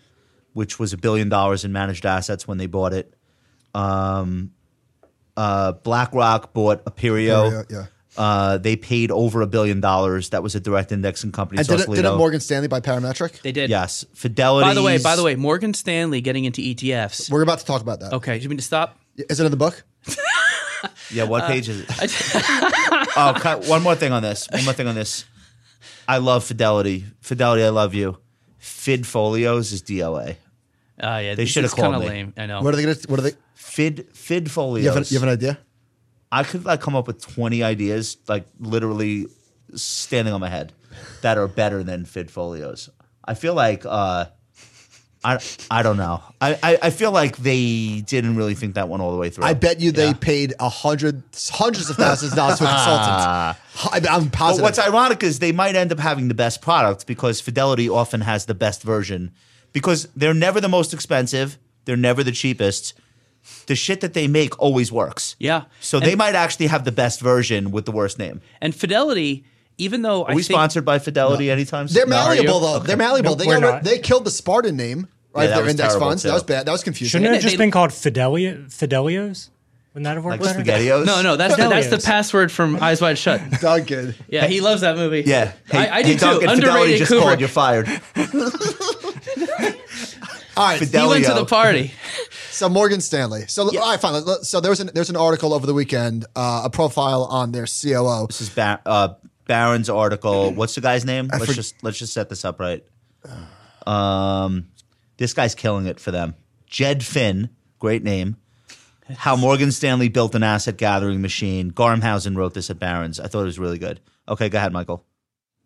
which was a billion dollars in managed assets when they bought it. Um, uh, BlackRock bought Aperio.
Aperio, yeah.
Uh, they paid over a billion dollars. That was a direct indexing company.
and did it,
Sausalito.
did it Morgan Stanley by Parametric?
they did.
Yes, Fidelity.
By the way, by the way, Morgan Stanley getting into ETFs.
We're about to talk about that. Is
Okay, you mean to stop?
it in the book?
yeah.
uh,
What page is it? oh, cut, one more thing on this. One more thing on this. I love Fidelity. Fidelity, I love you. Fid Folios is DOA.
Uh, yeah,
They
this
should've
is kinda
called me.
Lame. I know.
What are they going to? What are they?
Fid Fid Folios.
You have, an, you have an idea?
I could like come up with 20 ideas, like literally standing on my head, that are better than Fit Folios. I feel like uh, I I don't know. I, I, I feel like they didn't really think that one all the way through.
I bet you they
Yeah.
paid a hundred, hundreds of thousands of dollars to a consultant. I, am
But
positive.
what's ironic is they might end up having the best product because Fidelity often has the best version because they're never the most expensive, they're never the cheapest. The shit that they make always works.
Yeah.
So
And-
they might actually have the best version with the worst name.
And Fidelity, even though I
Are we
think,
sponsored by Fidelity anytime soon?
They're
No.
malleable though. They're malleable.
Nope,
they
we're
got rid-
not.
they killed the Spartan name. right?
Yeah, that
Their
was
index
terrible,
funds. That was
too.
bad. That was confusing.
Shouldn't it
they-
have just
they-
been called Fidelia Fidelios? Wouldn't that have
like
worked better?
SpaghettiOs.
No, no, that's the, that's the
Fidelios.
password from Eyes Wide Shut.
Duncan.
Yeah, he loves that movie.
Yeah,
I, I do
hey,
too.
Duncan, Fidelity
Underrated
just
Kubrick.
called. You're fired.
All right.
he went to the
Fidelio.
party.
So Morgan Stanley. So all right, fine. Let- let- So there was an there's an article over the weekend, uh, a profile on their COO.
This is Bar- uh, Barron's article. What's the guy's name? Let's
for-
just let's just set this up right. Um, this guy's killing it for them. Jed Finn, great name. How Morgan Stanley built an asset gathering machine. Garmhausen wrote this at Barron's. I thought it was really good. Okay, go ahead, Michael.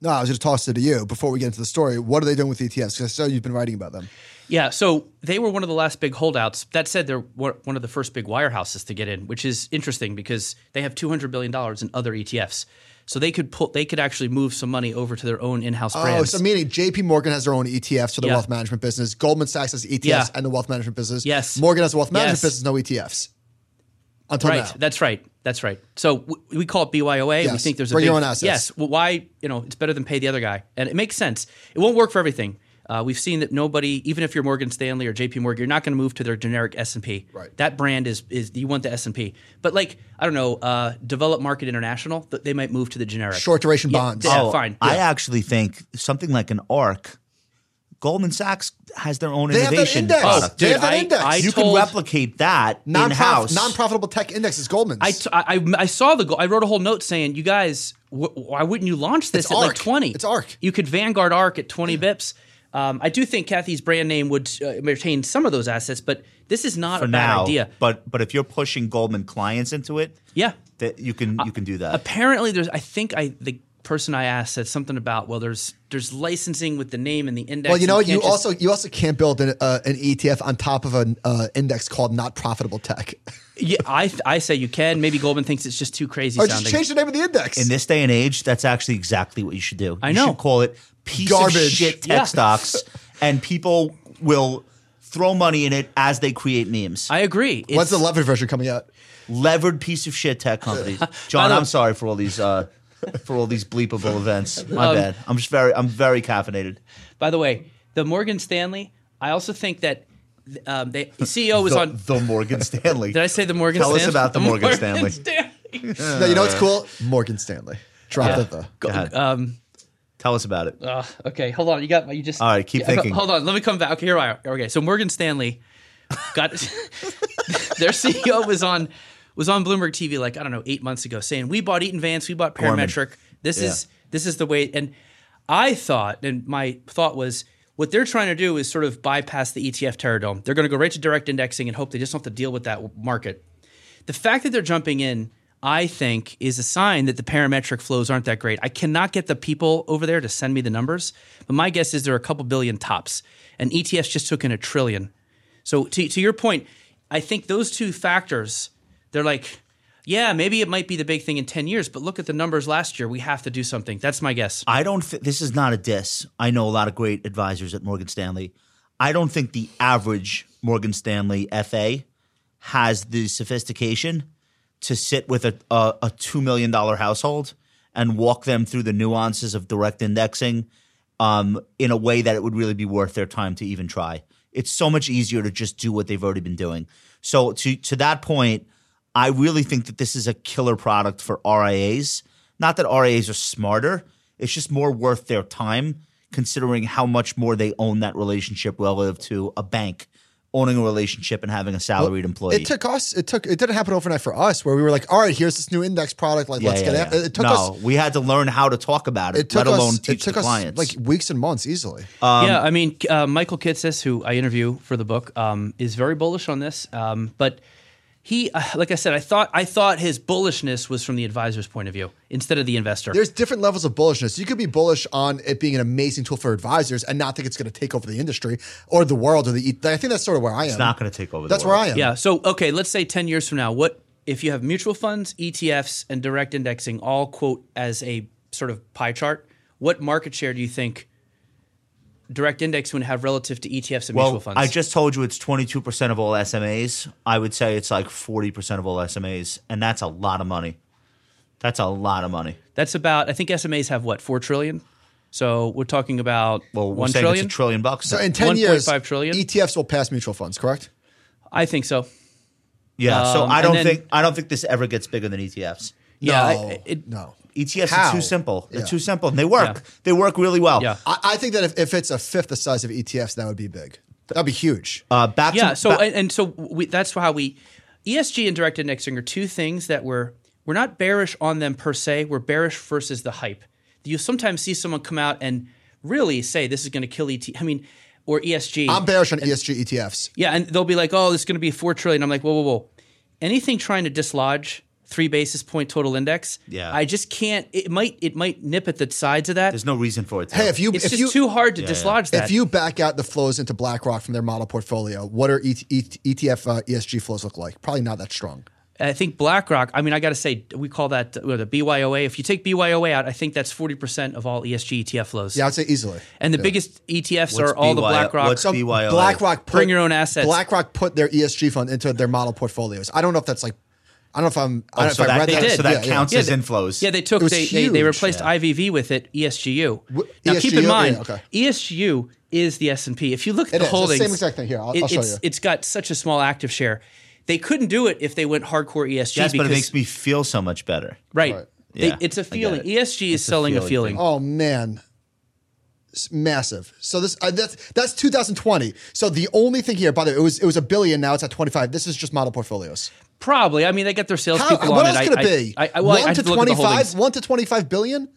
No, I was going to toss it to you before we get into the story. What are they doing with E ETFs? Because I saw you've been writing about them.
Yeah, so they were one of the last big holdouts. That said, they're one one of the first big wirehouses to get in, which is interesting because they have two hundred billion dollars in other ETFs. So they could pull, they could actually move some money over to their own in-house brands.
Oh, so meaning JP Morgan has their own ETFs for the
Yeah.
wealth management business. Goldman Sachs has ETFs
Yeah.
and the wealth management business.
Yes.
Morgan has a wealth management
Yes.
business, no ETFs. Until
right,
now.
that's right, that's right. So w- we call it BYOA. We
Yes,
think there's a
bring
big,
your own assets.
Yes, well, why you know it's better than pay the other guy, and it makes sense. It won't work for everything. Uh, we've seen that nobody, even if you're Morgan Stanley or J.P. Morgan, you're not going to move to their generic S and P.
Right.
That brand is is you want the S and P, but like I don't know, uh, Develop Market International, th- they might move to the generic
Short duration
Yeah,
bonds.
yeah, fine.
Oh, I
Yeah.
actually think something like an ARC. Goldman Sachs has their own
They have that
innovation
index.
product.
They
Oh,
have
dude,
that
I-
index.
I
you can
told-
replicate that in
Non-prof-
house.
non-profitable tech index is Goldman's.
I, t- I, I- I saw the goal. I wrote a whole note saying, you guys, wh- why wouldn't you launch this
It's
at
ARC.
like 20?
It's ARC.
You could Vanguard ARC at 20 bips. Um, I do think Kathy's brand name would uh, retain some of those assets, but this is not
for
a bad
now.
idea.
But but if you're pushing Goldman clients into it,
Yeah. Uh,
that you can you can do that.
Apparently, there's, I think I, the person I asked said something about, well, there's, there's licensing with the name and the index.
well, you know, you,
can't just-
also you also can't build an, uh, an ETF on top of an uh, index called not profitable tech,
yeah, I, I say you can. Maybe Goldman thinks it's just too crazy
or just
sounding.
change the name of the index.
In this day and age, that's actually exactly what you should do.
I
You
know.
should call it piece of
Garbage.
shit tech
Yeah.
stocks, and people will throw money in it as they create memes.
I agree.
When's
It's-
the 11 version coming out?
Levered piece of shit tech companies. John,
the-
I'm sorry for all these uh, for all these bleepable events. My
Um,
bad. I'm just very I'm very caffeinated.
By the way, the Morgan Stanley. I also think that um, they the CEO was
The,
on.
the Morgan Stanley.
Did I say the Morgan?
Tell us
Stanley?
about the Morgan Stanley.
Stanley.
no, you know what's cool? Morgan Stanley. Drop
Uh, Yeah.
it though.
Go-
ahead.
um,
Tell us about it.
uh, okay, hold on. You got my. You just.
All right, keep
I got-
thinking.
Hold on. Let me come back. Okay, here I are. Okay, so Morgan Stanley got their CEO was on was on Bloomberg TV like I don't know eight months ago saying we bought Eaton Vance, we bought
Gorman.
Parametric. This is this is the way. And I thought, and my thought was. What they're trying to do is sort of bypass the E ETF terror dome. They're going to go right to direct indexing and hope they just don't have to deal with that market. The fact that they're jumping in, I think, is a sign that the parametric flows aren't that great. I cannot get the people over there to send me the numbers, but my guess is there are a couple billion tops, and ETFs just took in a trillion. So to, to your point, I think those two factors, they're like, yeah, maybe it might be the big thing in 10 years, but look at the numbers last year. We have to do something. That's my guess.
I don't. Th- this is not a diss. I know a lot of great advisors at Morgan Stanley. I don't think the average Morgan Stanley FA has the sophistication to sit with a a, a two million dollar household and walk them through the nuances of direct indexing um, in a way that it would really be worth their time to even try. It's so much easier to just do what they've already been doing. So to to that point, I really think that this is a killer product for RIAs. Not that RIAs are smarter; it's just more worth their time, considering how much more they own that relationship relative to a bank owning a relationship and having a salaried employee.
It took us. It took. It didn't happen overnight for us, where we were like, "All right, here's this new index product. Like,
Yeah,
let's
yeah,
get
yeah.
it." It took
no,
us.
we had to learn how to talk about it,
It took
let alone
us. it
teach
took
the
us
clients.
like weeks and months easily.
Um,
yeah, I mean, uh, Michael Kitsis, who I interview for the book, um, is very bullish on this. Um, but he, uh, like I said, I thought I thought his bullishness was from the advisor's point of view instead of the investor.
There's different levels of bullishness. You could be bullish on it being an amazing tool for advisors and not think it's going to take over the industry or the world or the. e, I think that's sort of where I am.
it's not going to take over. The
That's
world.
where I am.
yeah. So okay, let's say ten years from now, what if you have mutual funds, ETFs, and direct indexing all quote as a sort of pie chart? What market share do you think direct index would have relative to ETFs and mutual
Well,
funds?
I just told you it's 22% of all SMAs. I would say it's like 40% of all SMAs, and that's a lot of money. That's a lot of money.
That's about. I think SMAs have what four trillion. So we're talking about
Well, we're
one
saying
trillion.
it's a trillion bucks.
So in 10 years,
1.5 trillion?
ETFs will pass mutual funds, correct?
I think so.
yeah. so
um,
I
and
don't
then-
think I don't think this ever gets bigger than E ETFs.
Yeah, I-
no,
it-
no.
ETFs
How?
E are too simple. They're
Yeah.
too simple. And they work.
Yeah.
They work really well.
Yeah.
I, I think that if, if it's a fifth the size of ETFs, that would be big. That'd be huge.
Uh, back
yeah
to
so
ba-
and, and so we, that's how we esg and directed indexing are two things that we're we're not bearish on them per se we're bearish versus the hype you sometimes see someone come out and really say this is going to kill et i mean or esg
I'm bearish on E ESG ETFs.
yeah and they'll be like oh this is going to be 4 trillion i'm like whoa whoa whoa anything trying to dislodge three basis point total index
Yeah.
i just can't it might it might nip at the sides of that
there's no reason for it. To.
Hey, if you
it's
if
just
you
too hard to
yeah.
dislodge that
if you back out the flows into BlackRock from their model portfolio, what are E ET, ETF uh, ESG flows look like? Probably not that strong.
I think BlackRock. I mean, I got to say, we call that uh, the BYOA. If you take BYOA out, I think that's forty percent of all E ESG ETF flows.
Yeah, I'd say easily.
and the biggest ETFs
What's
are all the
BYO
BlackRock.
what's-
So
BYOA.
BlackRock put,
Bring your own assets.
BlackRock put their ESG fund into their model portfolios. I don't know if that's like, I don't know if I'm. I don't
Oh, so
know if I
that,
read
they
that.
did. so that
Yeah, yeah.
counts
Yeah,
as
they-
inflows.
yeah, they took
It was
they, they they
huge,
replaced
yeah.
IVV with it. E ESGU.
W- E
now keep in
ESGU?
mind, E
Yeah, okay.
ESGU is the S and P. If you look at
It is.
the
It's the
holdings,
same exact thing. Here, I'll-
it-
I'll show
it's-
you.
It's got such a small active share. They couldn't do it if they went hardcore ESG.
Yes,
because,
but it makes me feel so much better.
right.
Right.
They-
Yeah,
it's a
I get
feeling.
it.
ESG is
It's a
selling a
feeling
feeling.
thing.
Oh man, S- massive. So this uh, that's that's 2020. So the only thing here, by the way, it was it was a billion. Now it's at 25. This is just model portfolios.
Probably. I mean, they get their
How,
salespeople on
what
it.
else
I-
could it
I-
be?
I, I, well, I
one
have
to
to look at the holdings.
25. One to 25 billion.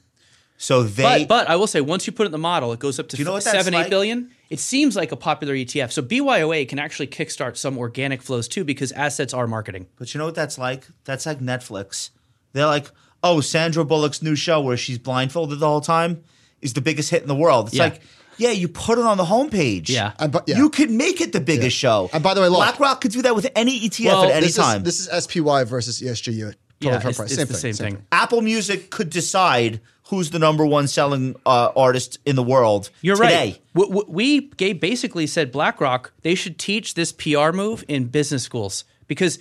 So
But
they
but I will say once you put it in the model, it goes up to
you know what that's
seven
like?
eight billion. It seems like a popular ETF. So BYOA can actually kickstart some organic flows too because assets are marketing.
But you know what that's like? That's like Netflix. They're like, oh, Sandra Bullock's new show where she's blindfolded the whole time is the biggest hit in the world. It's
Yeah.
like, yeah, you put it on the homepage.
Yeah.
And bu- yeah.
You could make it the biggest show.
And by the way, look-
BlackRock could do that with any ETF
Well,
at any
This
time.
is this is SPY versus E ESGU. uh, Total
Yeah,
return
it's,
price.
it's
same
the
thing,
same, thing.
Apple Music could decide who's the number one selling uh, artist in the world
You're
today.
right. W- w- We, gave, basically said BlackRock they should teach this PR move in business schools because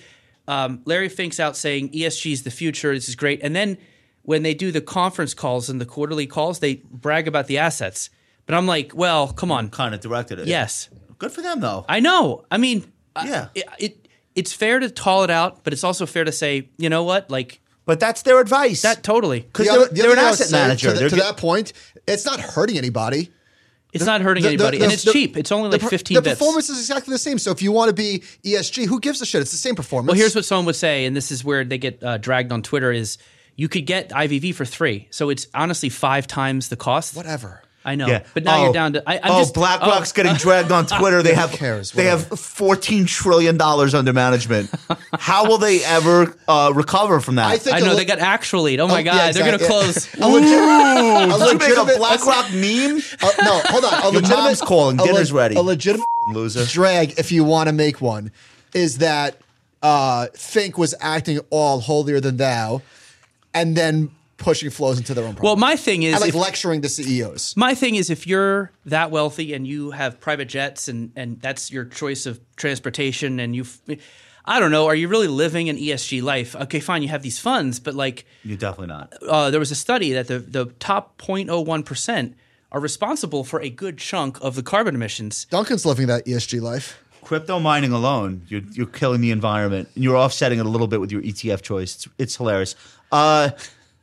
um, Larry Fink's out saying ESG is the future. This is great, and then when they do the conference calls and the quarterly calls, they brag about the assets. But I'm like, well, come on,
Kind of directed it.
yes.
Good for them, though.
I know. I mean, I-
Yeah.
it, it it's fair to call it out, but it's also fair to say, you know what, like
but that's their advice.
that totally.
Because
The other-
they're,
the
they're
other
an
thing I would
asset
say
manager.
To, the-
They're
to
get-
that point, it's not hurting anybody.
It's not hurting
The- the-
anybody, and
the-
it's
the-
cheap. It's only
the
like
per-
fifteen.
The
bits.
performance is exactly the same. So if you want to be ESG, who gives a shit? It's the same performance.
Well, Oh, here's what someone would say, and this is where they get uh, dragged on Twitter: is you could get IVV for three, so it's honestly five times the cost.
whatever.
I know,
Yeah.
but now
Oh.
you're down to. I, I'm
oh,
just,
BlackRock's
oh,
getting dragged on Twitter. They have
cares?
they have fourteen trillion dollars under management. How will they ever uh, recover from that?
I think
I
a
know
le-
they got actually. Oh my
yeah,
god, they're
exactly.
gonna close.
a legit- a
Did you make a
legitimate-
BlackRock meme?
Uh, no, hold on. A
Your
legitimate,
mom's calling.
a
Dinner's ready.
A legitimate
Loser.
drag, if you want to make one, is that uh, Fink was acting all holier than thou, and then pushing flows into their own problem.
well, my thing is,
and like
if-
lecturing the E CEOs.
My thing is, if you're that wealthy and you have private jets and and that's your choice of transportation, and you, I don't know, are you really living an ESG life? Okay, fine, you have these funds, but like,
You're definitely not.
uh, there was a study that the the top 0.01 percent are responsible for a good chunk of the carbon emissions.
Duncan's living that ESG life.
Crypto mining alone, you're you're killing the environment. and You're offsetting it a little bit with your ETF choice. It's, it's hilarious. Uh,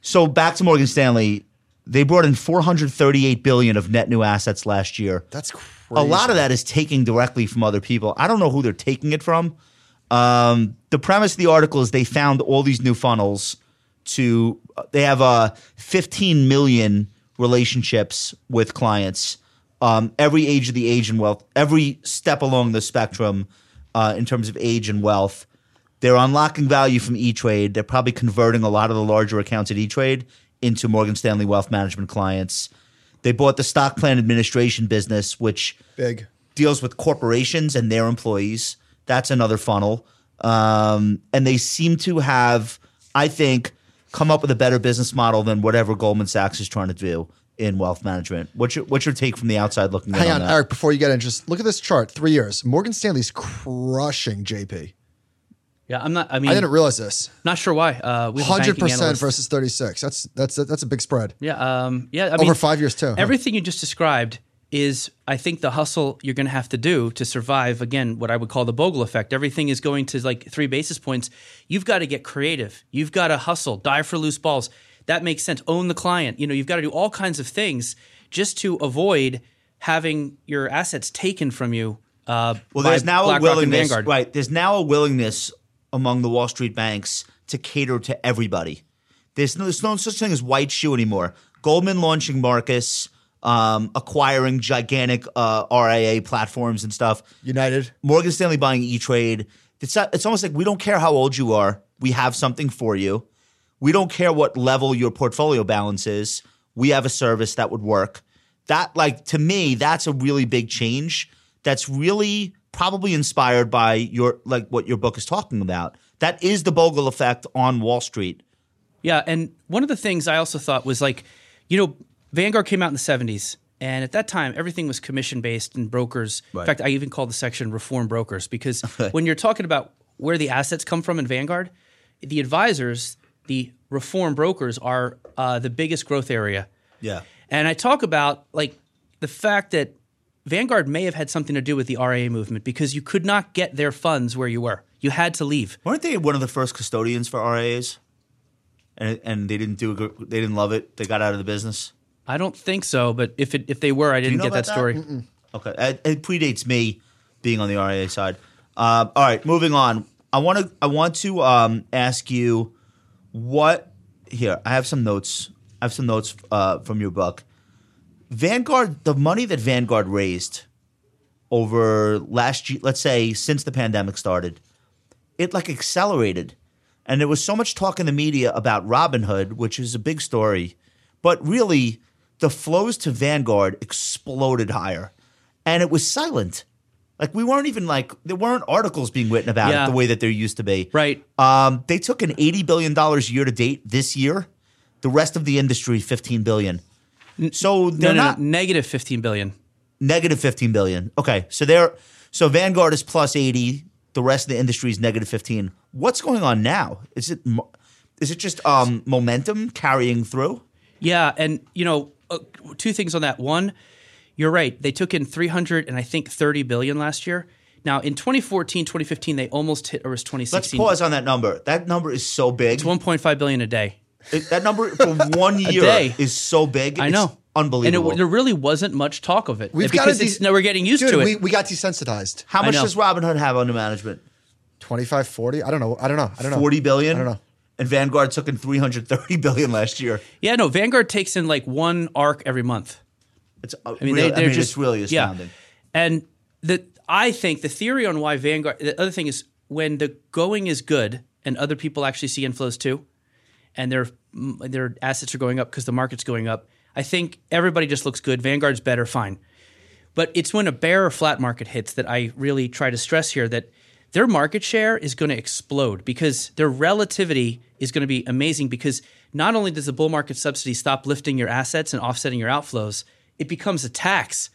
so back to Morgan Stanley. They brought in 438 billion of net new assets last year.
That's crazy.
a lot of that is taking directly from other people. I don't know who they're taking it from. Um, the premise of the article is they found all these new funnels to they have uh, 15 million relationships with clients um, every age of the age and wealth every step along the spectrum uh, in terms of age and wealth they're unlocking value from E-Trade. They're probably converting a lot of the larger accounts at E-Trade into Morgan Stanley wealth management clients. They bought the stock plan administration business, which
Big.
deals with corporations and their employees. That's another funnel. Um, and they seem to have, I think, come up with a better business model than whatever Goldman Sachs is trying to do in wealth management. What's your, what's your take from the outside looking in
Hang on,
that?
Eric, before you get in, just look at this chart. Three years. Morgan Stanley's crushing JP.
Yeah, I'm not. I mean,
I didn't realize this.
not sure why. Uh, we have a banking
Hundred percent
analyst.
versus thirty six. That's that's that's a big spread
Yeah, um, yeah. I
over
mean,
five years too. huh?
Everything you just described is, I think, the hustle you're going to have to do to survive. Again, what I would call the Bogle effect. Everything is going to like three basis points. You've got to get creative. You've got to hustle, die for loose balls. That makes sense. Own the client. You know, you've got to do all kinds of things just to avoid having your assets taken from you. Uh,
Well,
by
there's now
BlackRock and
a willingness,
Vanguard.
right? There's now a willingness among the Wall Street banks to cater to everybody. There's no, there's no such thing as white shoe anymore. Goldman launching Marcus, um, acquiring gigantic uh, RIA platforms and stuff.
United.
Morgan Stanley buying E Trade. It's not, it's almost like we don't care how old you are. We have something for you. We don't care what level your portfolio balance is. We have a service that would work. That like to me, that's a really big change. That's really probably inspired by your like what your book is talking about. That is the Bogle effect on Wall Street.
Yeah, and one of the things I also thought was like, you know, Vanguard came out in the seventies, and at that time everything was commission based and brokers. In fact, I even called the section "Reform Brokers" because when you're talking about where the assets come from in Vanguard, the advisors, the reform brokers, are uh, the biggest growth area.
Yeah.
And I talk about like the fact that Vanguard may have had something to do with the RIA movement because you could not get their funds where you were. You had to leave.
Weren't they one of the first custodians for RIAs? And and they didn't do a gr- they didn't love it. They got out of the business.
I don't think so, but if it, if they were, I didn't
know
get that,
about that?
story.
Okay, it, it predates me being on the RIA side. Um, all right, moving on. I want to I want to um, ask you what here. I have some notes. I have some notes uh, from your book. Vanguard, the money that Vanguard raised over last year, let's say since the pandemic started, it like accelerated. And there was so much talk in the media about Robinhood, which is a big story, but really the flows to Vanguard exploded higher. And it was silent. Like we weren't even like there weren't articles being written about
Yeah.
it the way that there used to be.
Right.
Um, they took an eighty billion dollars year to date this year. The rest of the industry fifteen billion. So
No,
they're
no,
not
no, negative 15 billion.
negative 15 billion. Okay. So they're so Vanguard is plus 80, the rest of the industry is negative 15. What's going on now? Is it mo- is it just um, momentum carrying through?
Yeah, and you know, uh, two things on that. One, you're right. They took in 300 and I think 30 billion last year. Now, in 2014, 2015, they almost hit or it was
Let's
2016.
pause on that number. That number is so big.
1.5 billion a day.
It- that number for one year
day.
is so big.
I
It's
know.
unbelievable.
And it, there really wasn't much talk of it.
We've got
because it's, now we're getting used
dude,
to it.
We, we got desensitized.
How
I
much
know.
does Robinhood have under management?
25, 40? I don't know. I don't know. I don't know.
40 billion?
I don't know.
And Vanguard took in 330 billion last year.
yeah, no, Vanguard takes in like one arc every month.
It's I
I mean,
really,
they,
I
they're
mean,
just
it's really astounding.
Yeah. And the I think the theory on why Vanguard. The other thing is when the going is good and other people actually see inflows too, and their mm, their assets are going up because the market's going up. I think everybody just looks good. Vanguard's better, fine. But it's when a bear or flat market hits that I really try to stress here that their market share is going to explode because their relativity is going to be amazing because not only does the bull market subsidy stop lifting your assets and offsetting your outflows, it becomes a tax.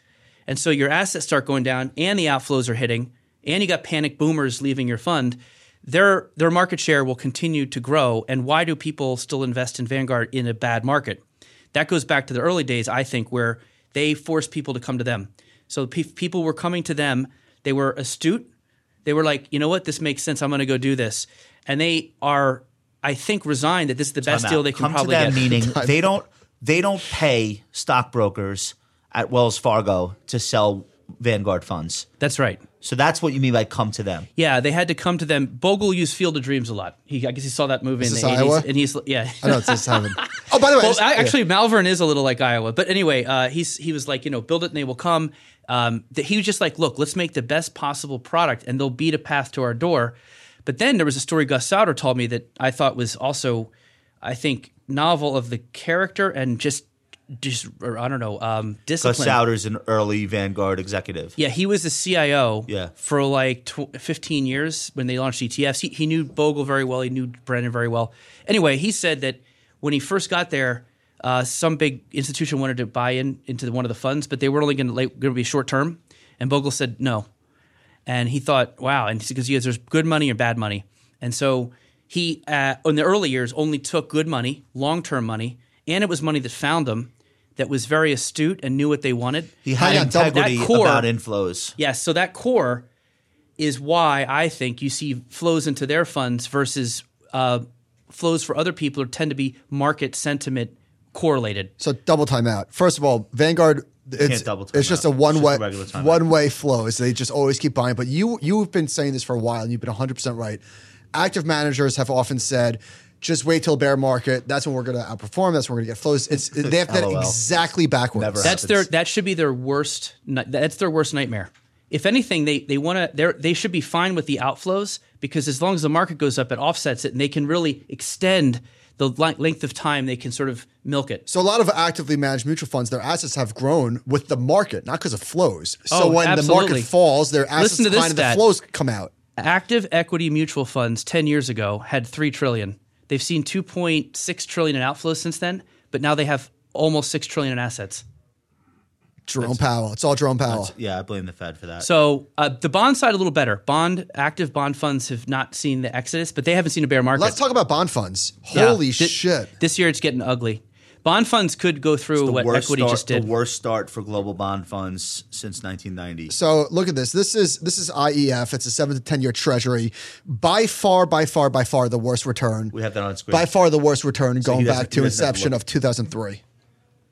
And so your assets start going down and the outflows are hitting and you got panic boomers leaving your fund. Their their market share will continue to grow and why do people still invest in Vanguard in a bad market? That goes back to the early days, I think, where they forced people to come to them. So pe- people were coming to them. They were astute. They were like, you know what, this makes sense. I'm going to go do this. And they are, I think, resigned that this is the best
I'm
deal
out.
they can
Come
probably
to
get.
that meeting. they don't they don't pay stockbrokers at Wells Fargo to sell Vanguard funds.
That's right.
So that's what you mean by come to them.
Yeah, they had to come to them. Bogle used Field of Dreams a lot. He, I guess he saw that movie in
this
the 80s.
Iowa?
And he's, yeah.
I know it's just happened. Oh, by the way, I
Well,
just-
I,
yeah.
actually, Malvern is a little like Iowa, but anyway, uh, he's he was like, you know, build it and they will come. Um, that he was just like, look, let's make the best possible product, and they'll beat a path to our door. But then there was a story Gus Sauter told me that I thought was also, I think, novel of the character and just, just or I don't know, um,
Gus
discipline.
Sauter's an early Vanguard executive.
Yeah, he was the CIO
Yeah.
for like tw- 15 years when they launched ETFs. He, he knew Bogle very well. He knew Brennan very well. Anyway, he said that when he first got there, uh, some big institution wanted to buy in into the, one of the funds, but they were only going to like, going to be short term. And Bogle said no, and he thought, wow, and because he goes, there's good money and bad money. And so he, uh, in the early years, only took good money, long term money, and it was money that found them that was very astute and knew what they wanted.
He had
Hang on, double-
integrity
That core-
about inflows.
Yes, so that core is why I think you see flows into their funds versus uh, flows for other people who tend to be market sentiment correlated.
So double timeout. First of all, Vanguard. It's,
double time
it's just
out.
a one
It's
way
just a regular time
one way flow. So they just always keep buying. But you you've been saying this for a while, and you've been 100 percent right. Active managers have often said, "Just wait till bear market. That's when we're going to outperform. That's when we're going to get flows." It's they have that
LOL.
exactly backwards.
Never
That's their
happens.
that should be their worst ni- that's their worst nightmare. If anything, they they want to they they should be fine with the outflows because as long as the market goes up, it offsets it, and they can really extend the li- length of time they can sort of milk it.
So a lot of actively managed mutual funds, their assets have grown with the market, not because of flows. So
Oh,
when the
absolutely.
market falls, their assets
Listen to this
decline and the
stat.
flows come out.
active equity mutual funds 10 years ago had 3 trillion they've seen 2.6 trillion in outflows since then but now they have almost 6 trillion in assets
Jerome Powell. It's all Jerome Powell.
Yeah, I blame the Fed for that.
so uh, the bond side a little better bond active bond funds have not seen the exodus but they haven't seen a bear market
Let's talk about bond funds.
Yeah.
Holy
Thi-
shit.
this year it's getting ugly bond funds could go through what equity
start,
just did
The worst start for global bond funds since 1990.
So look at this. This is this is IEF. It's a seven to ten year treasury. By far, by far, by far the worst return.
We have that on screen.
by far the worst return going
doesn't-
back
he
to
doesn't have to
inception
look.
of two thousand three.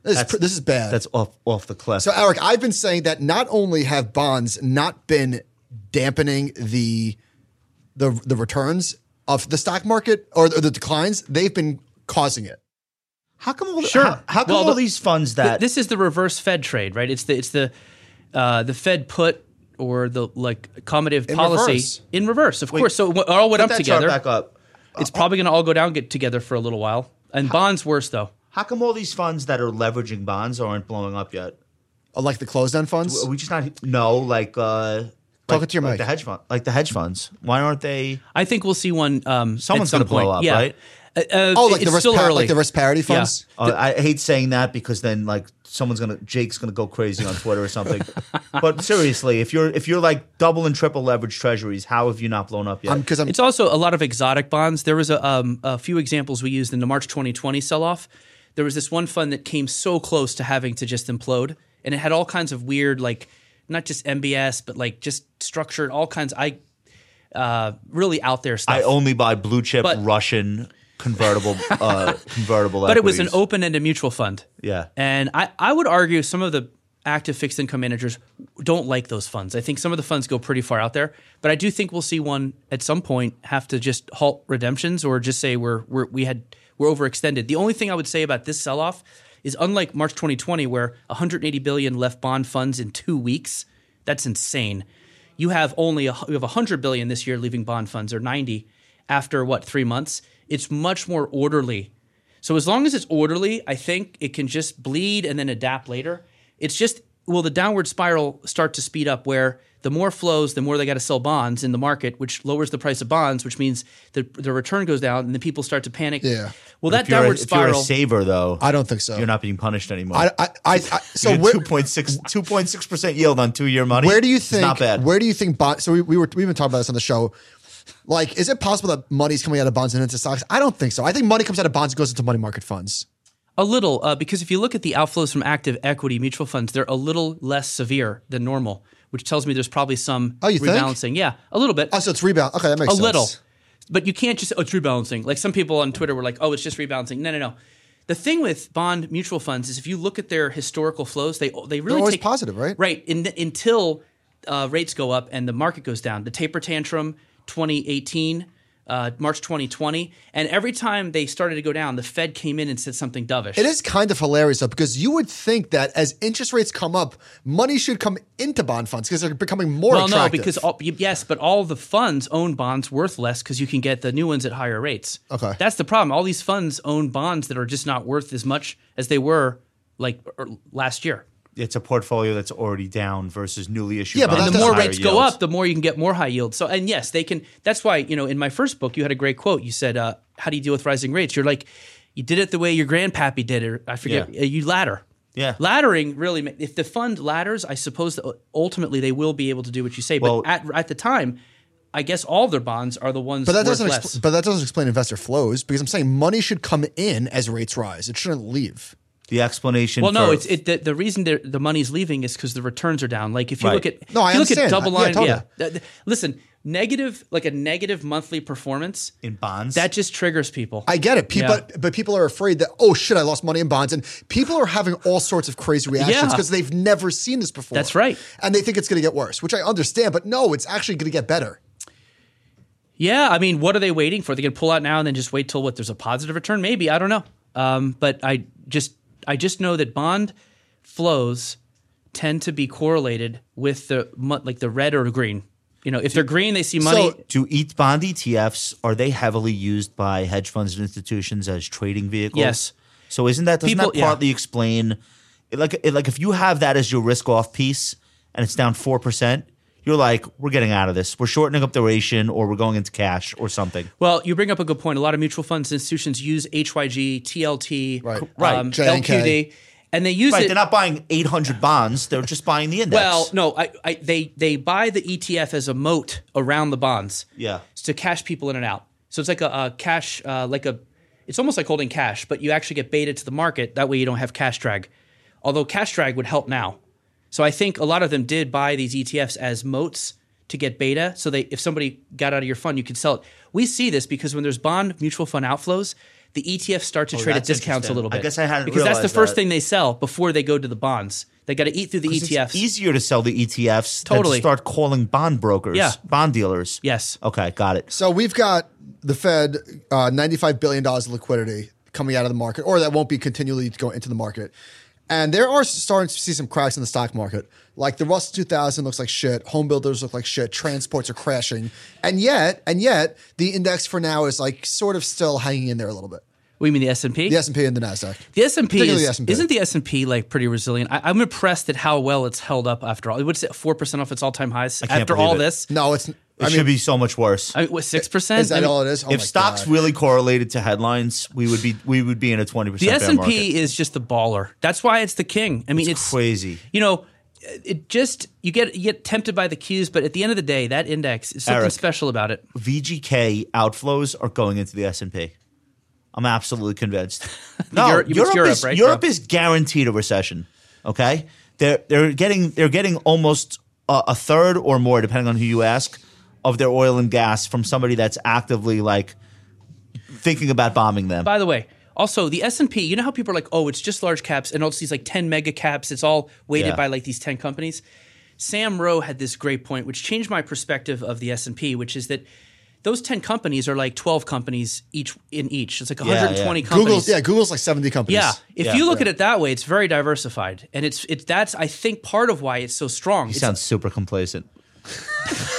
This is,
That's-
pr- this is bad.
That's off off the cliff.
So, Eric, I've been saying that not only have bonds not been dampening the the the returns of the stock market or the, the declines, they've been causing it.
how come all
Sure.
how, how come
Well,
all
the-
these funds that
this is the reverse Fed trade, right? It's the it's the uh, the Fed put or the like accommodative policy
reverse.
in reverse, of course. So it all went
put
up
that
together.
chart back up?
It's probably going to all go down get together for a little while. And bonds worse though.
How come all these funds that are leveraging bonds aren't blowing up yet?
Uh, Like the closed end funds,
Are we just not no like uh
Talk
like,
into your
like
mic.
the hedge fund like the hedge funds. Why aren't they
I think we'll see one. Um, at
Someone's
some
gonna blow
point.
up,
yeah.
right?
Uh, uh,
oh, like
it's
the risk
still
par-
early.
like the risk parity funds.
Uh, I hate saying that because then like someone's gonna Jake's gonna go crazy on Twitter or something. but seriously, if you're if you're like double and triple leverage treasuries, how have you not blown up yet?
Because I'm,
It's also a lot of exotic bonds. There was a, um, a few examples we used in the March 2020 sell off. There was this one fund that came so close to having to just implode, and it had all kinds of weird, like not just MBS, but like just structured, all kinds. I uh, really out there stuff.
I only buy blue chip
But-
Russian convertible uh, convertible.
but it was an
equities.
open-ended mutual fund.
Yeah.
And I, I would argue some of the active fixed income managers don't like those funds. I think some of the funds go pretty far out there, but I do think we'll see one at some point have to just halt redemptions or just say we're we're we had we're overextended. The only thing I would say about this sell off is unlike March 2020 where 180 billion left bond funds in 2 weeks, that's insane. You have only a, you have 100 billion this year leaving bond funds or 90 after what 3 months. It's much more orderly so as long as it's orderly, I think it can just bleed and then adapt later. It's just will the downward spiral start to speed up where the more flows, the more they got to sell bonds in the market, which lowers the price of bonds, which means the the return goes down and the people start to panic.
Yeah.
Well,
if
that
you're a-
downward
if you're a
spiral.
saver though,
I don't think so.
you're not being punished anymore.
I, I, I, I so
You're
where,
2.6 2.6 percent yield on two year money.
where do you think?
It's not bad?
Where do you think bonds? So we, we were we've been talking about this on the show. Like, is it possible that money's coming out of bonds and into stocks? I don't think so. I think money comes out of bonds and goes into money market funds.
A little, uh, because if you look at the outflows from active equity mutual funds, they're a little less severe than normal, which tells me there's probably some
Oh, you think?
rebalancing. Yeah, a little bit.
Oh, so it's rebound. Okay, that makes
a
sense.
little. But you can't just oh, it's rebalancing. Like some people on Twitter were like, oh, it's just rebalancing. No, no, no. The thing with bond mutual funds is if you look at their historical flows, they they really
always
take,
positive, right?
Right. In, until uh, rates go up and the market goes down. The taper tantrum, 2018, uh, March 2020, and every time they started to go down, the Fed came in and said something dovish.
It is kind of hilarious though, because you would think that as interest rates come up, money should come into bond funds because they're becoming more
Well,
attractive.
no, because all, y- yes, but all the funds own bonds worth less because you can get the new ones at higher rates.
Okay.
that's the problem. All these funds own bonds that are just not worth as much as they were like er, last year.
it's a portfolio that's already down versus newly issued.
Yeah, but
bonds
that
The
at
more
higher
rates go
yields.
up, the more you can get more high yield. So, and yes, they can. That's why you know in my first book you had a great quote. You said, uh, "How do you deal with rising rates?" You're like, you did it the way your grandpappy did it. or I forget.
Yeah.
Uh, You ladder.
Yeah.
Laddering really, ma- uh, if the fund ladders, I suppose that ultimately they will be able to do what you say. But
Well-
at, at the time, I guess all of their bonds are the ones
But that
worth
doesn't.
less.
Expl- but that doesn't explain investor flows because I'm saying money should come in as rates rise. It shouldn't leave.
The explanation.
well, no,
for-
it's it, the, the reason they're- the money's leaving is because the returns are down. Like if you
Right.
look at
No, I
if you look at
understand.
double
Yeah,
line,
totally.
Th- th- Listen, negative like a negative monthly performance
in bonds.
that just triggers people.
I get it. People,
Yeah.
but people are afraid that oh shit, I lost money in bonds, and people are having all sorts of crazy reactions
Yeah.
because they've never seen this before.
That's right.
and they think it's going to get worse, which I understand. But no, it's actually going to get better.
yeah, I mean, what are they waiting for? They can pull out now and then just wait till what? There's a positive return, maybe. I don't know. Um, but I just I just know that bond flows tend to be correlated with the mo- like the red or green. You know, if they're green, they see money.
Do each bond ETFs are they heavily used by hedge funds and institutions as trading vehicles?
Yes.
So isn't that doesn't
People-
that
yeah.
partly explain it like it like if you have that as your risk off piece and it's down four percent, you're like we're getting out of this. We're shortening up duration or we're going into cash or something.
Well, you bring up a good point. A lot of mutual funds institutions use HYG, TLT,
Right.
Right.
um,
JNK.
LQD, and they use
Right?
it.
They're not buying 800 bonds. They're just buying the index.
well, no, I, I, they they buy the ETF as a moat around the bonds.
Yeah.
to cash people in and out. So it's like a, a cash, uh, like a, it's almost like holding cash, but you actually get baited to the market. That way you don't have cash drag. Although cash drag would help now. So I think a lot of them did buy these ETFs as moats to get beta. So they, if somebody got out of your fund, you could sell it. We see this because when there's bond mutual fund outflows, the ETFs start to trade at
Oh, that's
discounts a
interesting.
little
I
bit.
guess I hadn't
because that's the
realized
first
that.
thing they sell before they go to the bonds. They got to eat through the E
It's
ETFs.
easier to sell the ETFs than to
Totally.
start calling bond brokers,
Yeah.
bond dealers.
Yes.
Okay, got it.
So we've got the Fed uh, $95 billion of liquidity coming out of the market, or that won't be continually to go into the market. And there are starting to see some cracks in the stock market. Like the Russell 2000 looks like shit, home builders look like shit, transports are crashing. And yet, and yet, the index for now is like sort of still hanging in there a little bit.
what do you mean the S&P?
The S&P and the Nasdaq.
The S and P
Particularly the
is
S&P.
isn't the S and P like pretty resilient. I, I'm impressed at how well it's held up after all. It would say four percent off its all time highs
can't
after
believe
all
it.
this.
No, it's.
It
I mean,
should be so much worse.
I mean, what six percent?
is that all it is? Oh
if
my
stocks
God.
really correlated to headlines, we would be we would be in a twenty
The
percent.
S and P is just the baller. That's why it's the king. I mean, it's,
crazy.
You know, it just you get you get tempted by the cues, but at the end of the day, that index is something
Eric.
special about it.
VGK outflows are going into the S and P. I'm absolutely convinced. No,
Europe- it's Europe,
is,
right,
Europe
bro?
is guaranteed a recession. Okay, they're they're getting they're getting almost a, a third or more, depending on who you ask, of their oil and gas from somebody that's actively like thinking about bombing them.
By the way, also the S and P. You know how people are like, oh, it's just large caps, and also these like ten mega caps. It's all weighted
Yeah.
by like these ten companies. Sam Rowe had this great point, which changed my perspective of the S and P, which is that those ten companies are like twelve companies each in each. It's like
yeah.
120 companies.
Google's, yeah, Google's like 70 companies.
Yeah, if
Yeah.
you look at it that way, it's very diversified, and it's it's that's I think part of why it's so strong.
He
It's-
sounds super complacent.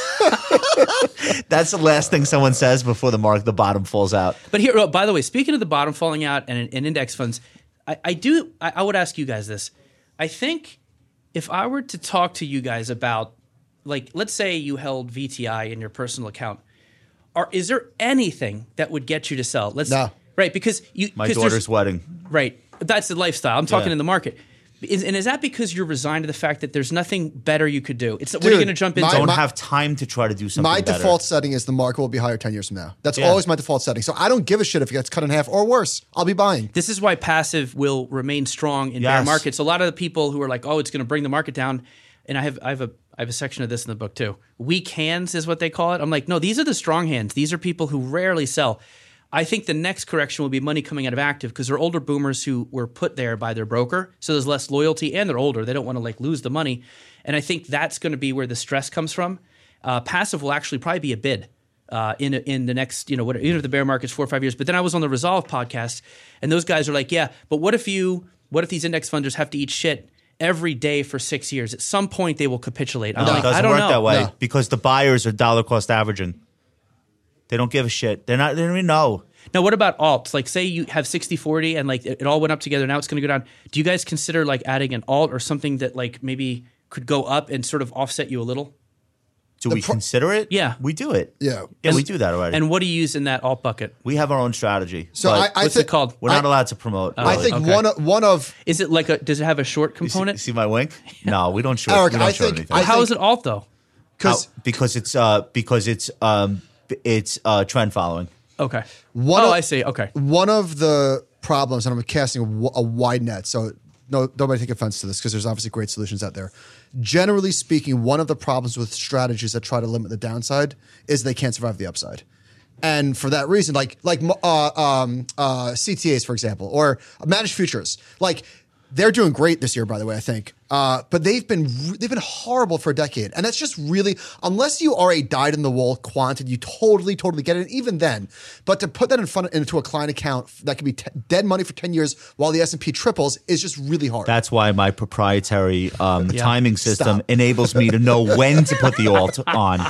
That's the last thing someone says before the mark the bottom falls out.
But here, oh, by the way, speaking of the bottom falling out and, and index funds, I, I do. I, I would ask you guys this. I think if I were to talk to you guys about, like, let's say you held VTI in your personal account, are is there anything that would get you to sell? Let's
No.
right because you
My
'cause there's-
daughter's wedding.
Right. That's the lifestyle. I'm talking
Yeah.
in the market. Is, and is that because you're resigned to the fact that there's nothing better you could do? It's what are you
Dude,
going to jump
my-
into?
Don't
my-
have time to try to do something.
My
better.
default setting is the market will be higher 10 years from now. That's
Yeah.
always my default setting. So I don't give a shit if it gets cut in half or worse. I'll be buying.
this is why passive will remain strong in bear
Yes.
markets. A lot of the people who are like, "Oh, it's going to bring the market down," and I have I have a I have a section of this in the book too. Weak hands is what they call it. I'm like, no, these are the strong hands. These are people who rarely sell. I think the next correction will be money coming out of active because they're older boomers who were put there by their broker, so there's less loyalty and they're older. They don't want to like lose the money, and I think that's going to be where the stress comes from. Uh, passive will actually probably be a bid uh, in in the next you know what even if the bear market's four or five years. But then I was on the Resolve podcast, and those guys are like, yeah, but what if you what if these index funders have to eat shit every day for six years? At some point, they will capitulate. I'm
No, it
like,
doesn't
I don't
work
know.
that way
No.
because the buyers are dollar cost averaging. They don't give a shit. They're not. They don't even know.
Now, what about alts? Like, say you have 60 40 and like it it all went up together. Now it's going to go down. Do you guys consider like adding an alt or something that like maybe could go up and sort of offset you a little?
Do we consider it?
Yeah.
we do it.
Yeah.
yeah, we do that already. And
And what do you use in that alt bucket?
we have our own strategy.
So
but
I, I
what's
thi-
it called?
we're not allowed to promote.
I
really.
think
okay.
one of, one of
Is it like a? Does it have a short
You see,
component?
see my wink? No, we don't short.
Eric,
we don't
I
short
think-
anything.
I-
How is it alt though?
'Cause-
How- because it's uh because it's um it's uh trend following.
Okay.
What
oh,
a-
I see. Okay.
One of the problems, and I'm casting a w- a wide net, so no, nobody take offense to this because there's obviously great solutions out there. Generally speaking, one of the problems with strategies that try to limit the downside is they can't survive the upside. And for that reason, like like uh, um, uh, CTAs, for example, or managed futures, like they're doing great this year, by the way. I think, uh, but they've been re- they've been horrible for a decade, and that's just really unless you are a dyed in the wool quant and you totally totally get it. And even then, but to put that in front into a client account that could be t- dead money for ten years while the S and P triples is just really hard.
That's why my proprietary um, timing system
Stop.
enables me to know when to put the alt on.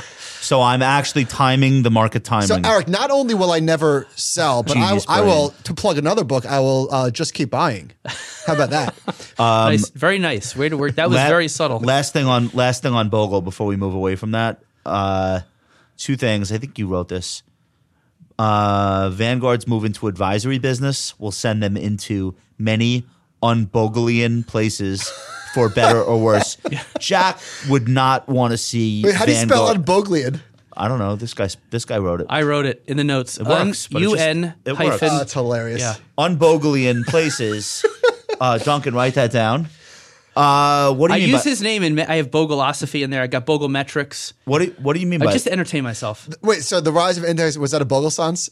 So I'm actually timing the market timing.
so, Eric, not only will I never sell, but I,
Genius
I
brain.
will to plug another book. I will uh, just keep buying. How about that?
Um,
nice. Very nice. Way to work. That was
La-
very subtle.
Last thing on last thing on Bogle before we move away from that. Uh, two things. I think you wrote this. Uh, Vanguard's move into advisory business will send them into many unbogelian places for better or worse. Jack would not want to see.
Wait, how do you spell
Vanguard-
unboglian?
I don't know. This guy. This guy wrote it.
I wrote it in the notes. It
works, but it just-
UN
it works. Uh,
hyphen.
Oh, that's hilarious.
yeah.
Unbogelian places. uh, Duncan, write that down. Uh, what do
I
you mean
use
by,
his name and I have Bogolosophy in there. I got Bogometrics.
What do, what do you mean
I
by
just to entertain myself.
Wait, so the rise of index was that a bogle sans?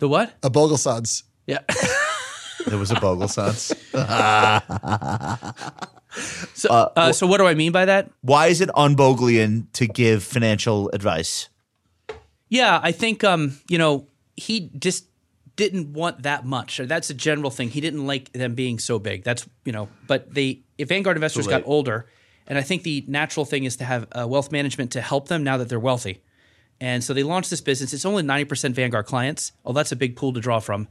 The what?
Uh,
A bogle sans.
Yeah.
there was a Bogle sense?
So, uh, so what do I mean by that?
why is it unboglian to give financial advice?
Yeah, I think um, you know he just didn't want that much. Or that's a general thing. He didn't like them being so big. That's you know, but they if Vanguard investors got
late.
older, and I think the natural thing is to have uh, wealth management to help them now that they're wealthy. And so they launched this business. It's only ninety percent Vanguard clients. Oh, that's a big pool to draw from.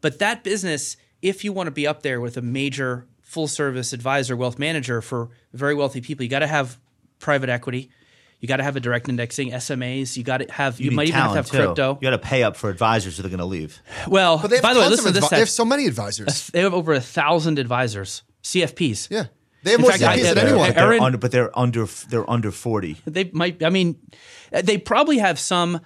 But that business, if you want to be up there with a major full service advisor, wealth manager for very wealthy people, you got to have private equity. You got to have a direct indexing, SMAs. You got to have, you,
need
might even have to have
talent, too.
crypto.
You got to pay up for advisors that are going to leave.
Well,
But they have
by the way,
tons
listen
of
to this.
advi- They have
stat.
so many advisors.
they have over a thousand advisors, CFPs.
Yeah. They have more
fact, I-
CPAs than
I-
anyone.
But they're
Aaron-
under, but they're under, they're under forty.
They might. I mean, they probably have some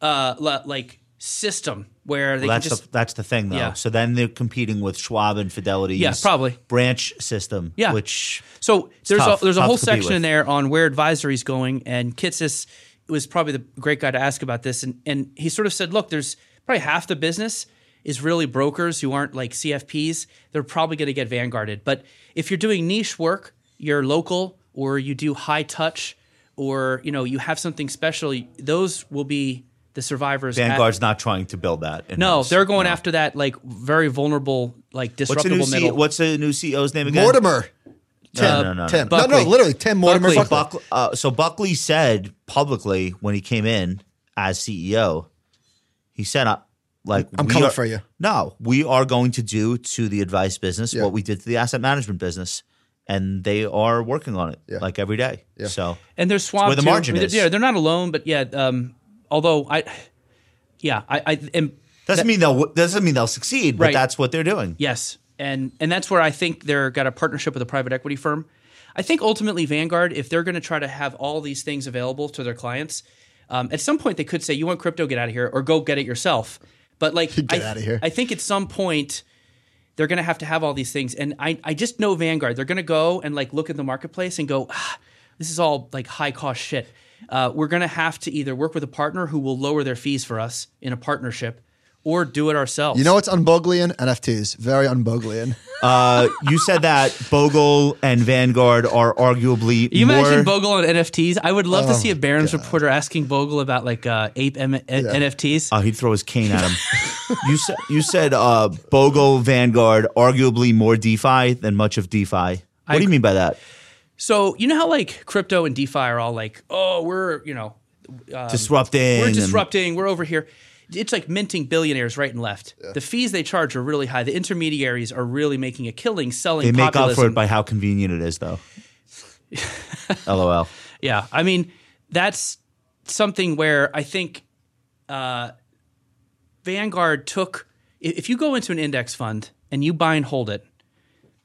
uh, li- like system where they
Well, that's
can just
the, that's the thing, though.
Yeah.
So then they're competing with Schwab and Fidelity's
Yeah, probably.
branch system.
Yeah.
which
So there's
tough.
a, there's a
Tough
whole
to compete
section in
with.
there on where advisory's going, and Kitsis was probably the great guy to ask about this, and and he sort of said, look, there's probably half the business is really brokers who aren't like CFPs. They're probably going to get vanguarded, but if you're doing niche work, you're local or you do high touch, or you know you have something special, those will be the survivors. at-
Vanguard's not trying to build that.
no,
in-house.
they're going after that like very vulnerable, like
What's the new
disruptable
C, E
middle.
What's the new CEO's name again?
Mortimer.
No, no, no, no.
Tim. No,
Buckley.
no, literally Tim Mortimer.
Buckley.
Buckley.
Buck, uh, so Buckley said publicly when he came in as CEO, he said, uh, "Like
I'm
we
coming
are-
for you.
No, we are going to do to the advice business
Yeah.
what we did to the asset management business, and they are working on it like every day. So
And they're swamped.
where the
too.
margin
I mean,
is.
They're, yeah, they're not alone, but yeah. Um, although I, yeah, I, I am
doesn't mean they'll doesn't mean they'll succeed, but
Right.
that's what they're doing.
yes, and and that's where I think they're got a partnership with a private equity firm. I think ultimately Vanguard, if they're going to try to have all these things available to their clients, um, at some point they could say, "You want crypto? Get out of here," or "Go get it yourself." But like, I,
outta here.
I think at some point. They're going to have to have all these things, and I, I just know Vanguard. They're going to go and like look at the marketplace and go, ah, this is all like high cost shit. Uh, we're going to have to either work with a partner who will lower their fees for us in a partnership, or do it ourselves.
You know what's unboglian? NFTs. Very unboglian.
Uh, you said that Bogle and Vanguard are arguably
You
more, Oh
mentioned Bogle on NFTs. I would love to see a Barron's reporter asking Bogle about like uh, ape M- NFTs.
Oh, he'd throw his cane at him. you said you said uh, Bogle Vanguard arguably more DeFi than much of DeFi. What do you mean by that?
Um, so you know how like crypto and DeFi are all like, oh, we're you know
disrupting.
we're
and-
disrupting, we're over here. It's like minting billionaires right and left. The fees they charge are really high. The intermediaries are really making a killing selling.
they make up
populism.
for it by how convenient it is, though. LOL.
Yeah, I mean that's something where I think uh, Vanguard took. i- If you go into an index fund and you buy and hold it,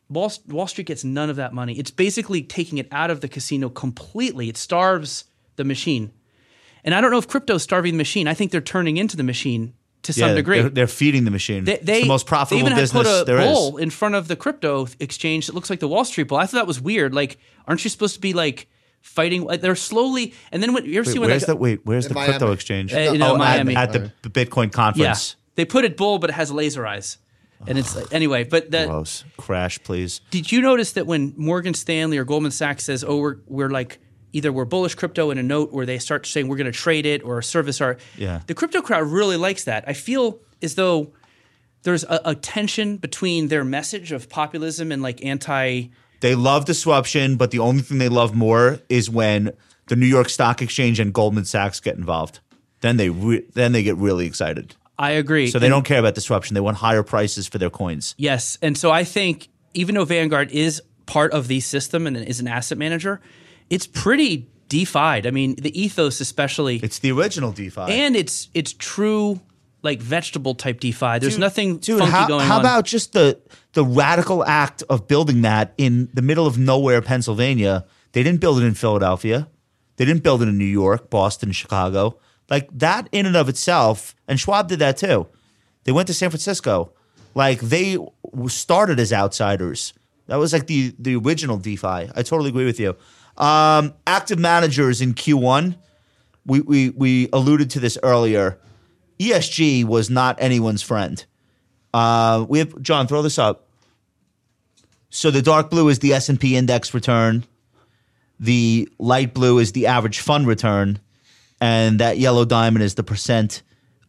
Wall, Wall Street gets none of that money. It's basically taking it out of the casino completely. It starves the the machine. And I don't know if crypto's starving the machine. I think they're turning into the machine to some
Yeah,
degree.
They're, they're feeding the machine.
They, they
it's the most
they
profitable
even
business
had put a
there is.
bowl in front of the crypto exchange that looks like the Wall Street Bowl. I thought that was weird. Like, aren't you supposed to be like fighting? Like, they're slowly, and then when you ever
Wait,
see when
where's
they,
the wait? Where's the
Miami.
crypto exchange?
Uh, in, uh,
at-
Miami.
at, the Bitcoin
yeah,
conference.
they put it bull, but it has laser eyes, and it's like, anyway. But that
Gross. Crash, please.
Did you notice that when Morgan Stanley or Goldman Sachs says, "Oh, we're we're like either we're bullish crypto in a note, or they start saying we're going to trade it or service our
Yeah.
the crypto crowd really likes that. I feel as though there's a, a tension between their message of populism and like anti.
They love disruption, but the only thing they love more is when the New York Stock Exchange and Goldman Sachs get involved. Then they re- then they get really excited.
I agree.
So they don't care about disruption. They want higher prices for their coins.
Yes. And so I think even though Vanguard is part of the system and is an asset manager, it's pretty defied. I mean, the ethos especially.
It's the original DeFi.
and it's it's true like vegetable type DeFi. There's
Dude-
nothing
dude,
funky
how,
going
how
on.
about just the the radical act of building that in the middle of nowhere, Pennsylvania? They didn't build it in Philadelphia. They didn't build it in New York, Boston, Chicago. Like that in and of itself, and Schwab did that too. They went to San Francisco. Like they w- started as outsiders. That was like the the original DeFi. I totally agree with you. Um, active managers in Q1 we, we, we alluded to this earlier. ESG was not anyone's friend. Uh, we have John. Throw this up. So the dark blue is the S and P index return. The light blue is the average fund return, and that yellow diamond is the percent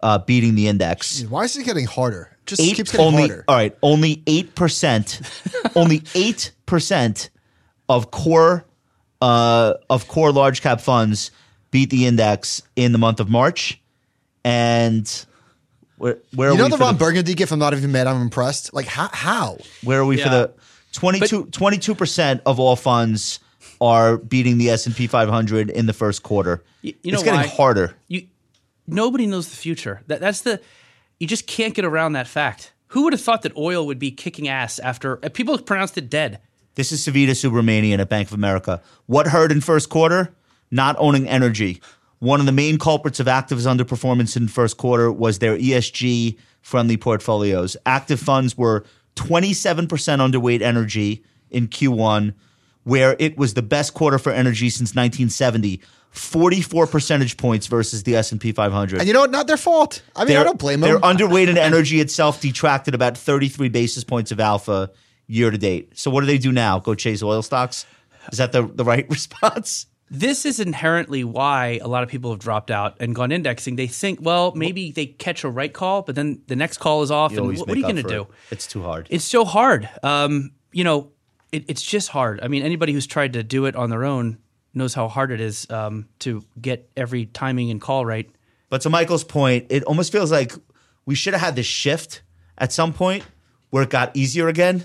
uh, beating the index.
Why is it getting harder? Just
Eight
keeps getting
only.
harder.
All right, only eight percent. only eight percent of core uh, of core large cap funds beat the index in the month of March, and. Where, where
you
are
know
we
the
for
Ron Burgundy gift? I'm not even mad. I'm impressed. Like how? How?
Where are we for
Yeah.
the 22 percent of all funds are beating the S and P 500 in the first quarter.
Y-
it's
you know
getting
why?
harder.
you? Nobody knows the future. That, that's the you just can't get around that fact. Who would have thought that oil would be kicking ass after uh, people pronounced it dead?
This is Savita Subramanian at Bank of America. What hurt in first quarter? Not owning energy. One of the main culprits of Active's underperformance in first quarter was their ESG friendly portfolios. Active funds were 27% underweight energy in Q1, where it was the best quarter for energy since 1970, 44 percentage points versus the S&P 500.
And you know what? Not their fault. I mean, I don't blame
Their
them.
underweight in energy itself detracted about 33 basis points of alpha year to date. So what do they do now? Go chase oil stocks? Is that the, the right response?
This is inherently why a lot of people have dropped out and gone indexing. They think, well, maybe they catch a right call, but then the next call is off. and
Always
wh- what are
make
you
up
going to
for
do?
it. It's too hard.
It's so hard. Um, you know, it, it's just hard. I mean, anybody who's tried to do it on their own knows how hard it is um, to get every timing and call right.
But to Michael's point, it almost feels like we should have had this shift at some point where it got easier again.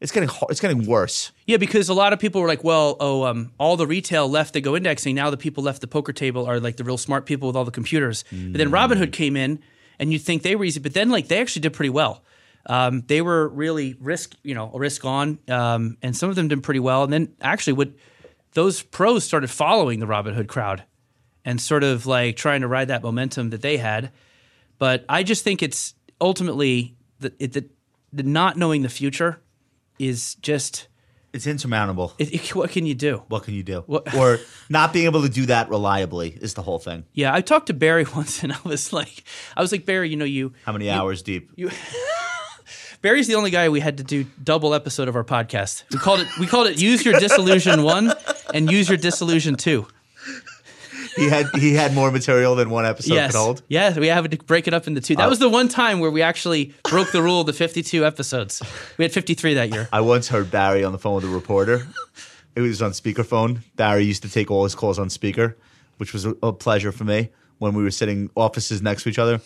It's getting hard, it's getting worse.
Yeah, because a lot of people were like, well, oh, um, all the retail left that go indexing. Now the people left the poker table are like the real smart people with all the computers. But then Robinhood came in, and you'd think they were easy, but then like they actually did pretty well. Um, they were really risk, you know, risk on, um, and some of them did pretty well. And then actually, what those pros started following the Robinhood crowd and sort of like trying to ride that momentum that they had. But I just think it's ultimately the, it, the, the not knowing the future is just
It's insurmountable.
it, it- what can you do?
what can you do? Or not being able to do that reliably is the whole thing.
Yeah, I talked to Barry once, and I was like, I was like Barry, you know, you
How many hours deep?
Barry's the only guy we had to do double episode of our podcast. We called it we called it use your disillusion one and use your disillusion two.
he had he had more material than one episode
yes,
could hold.
yes, we have to break it up into two. That
Uh,
was the one time where we actually broke the rule of the fifty-two episodes. We had fifty-three that year.
I once heard Barry on the phone with a reporter. it was on speakerphone. Barry used to take all his calls on speaker, which was a, a pleasure for me when we were sitting offices next to each other.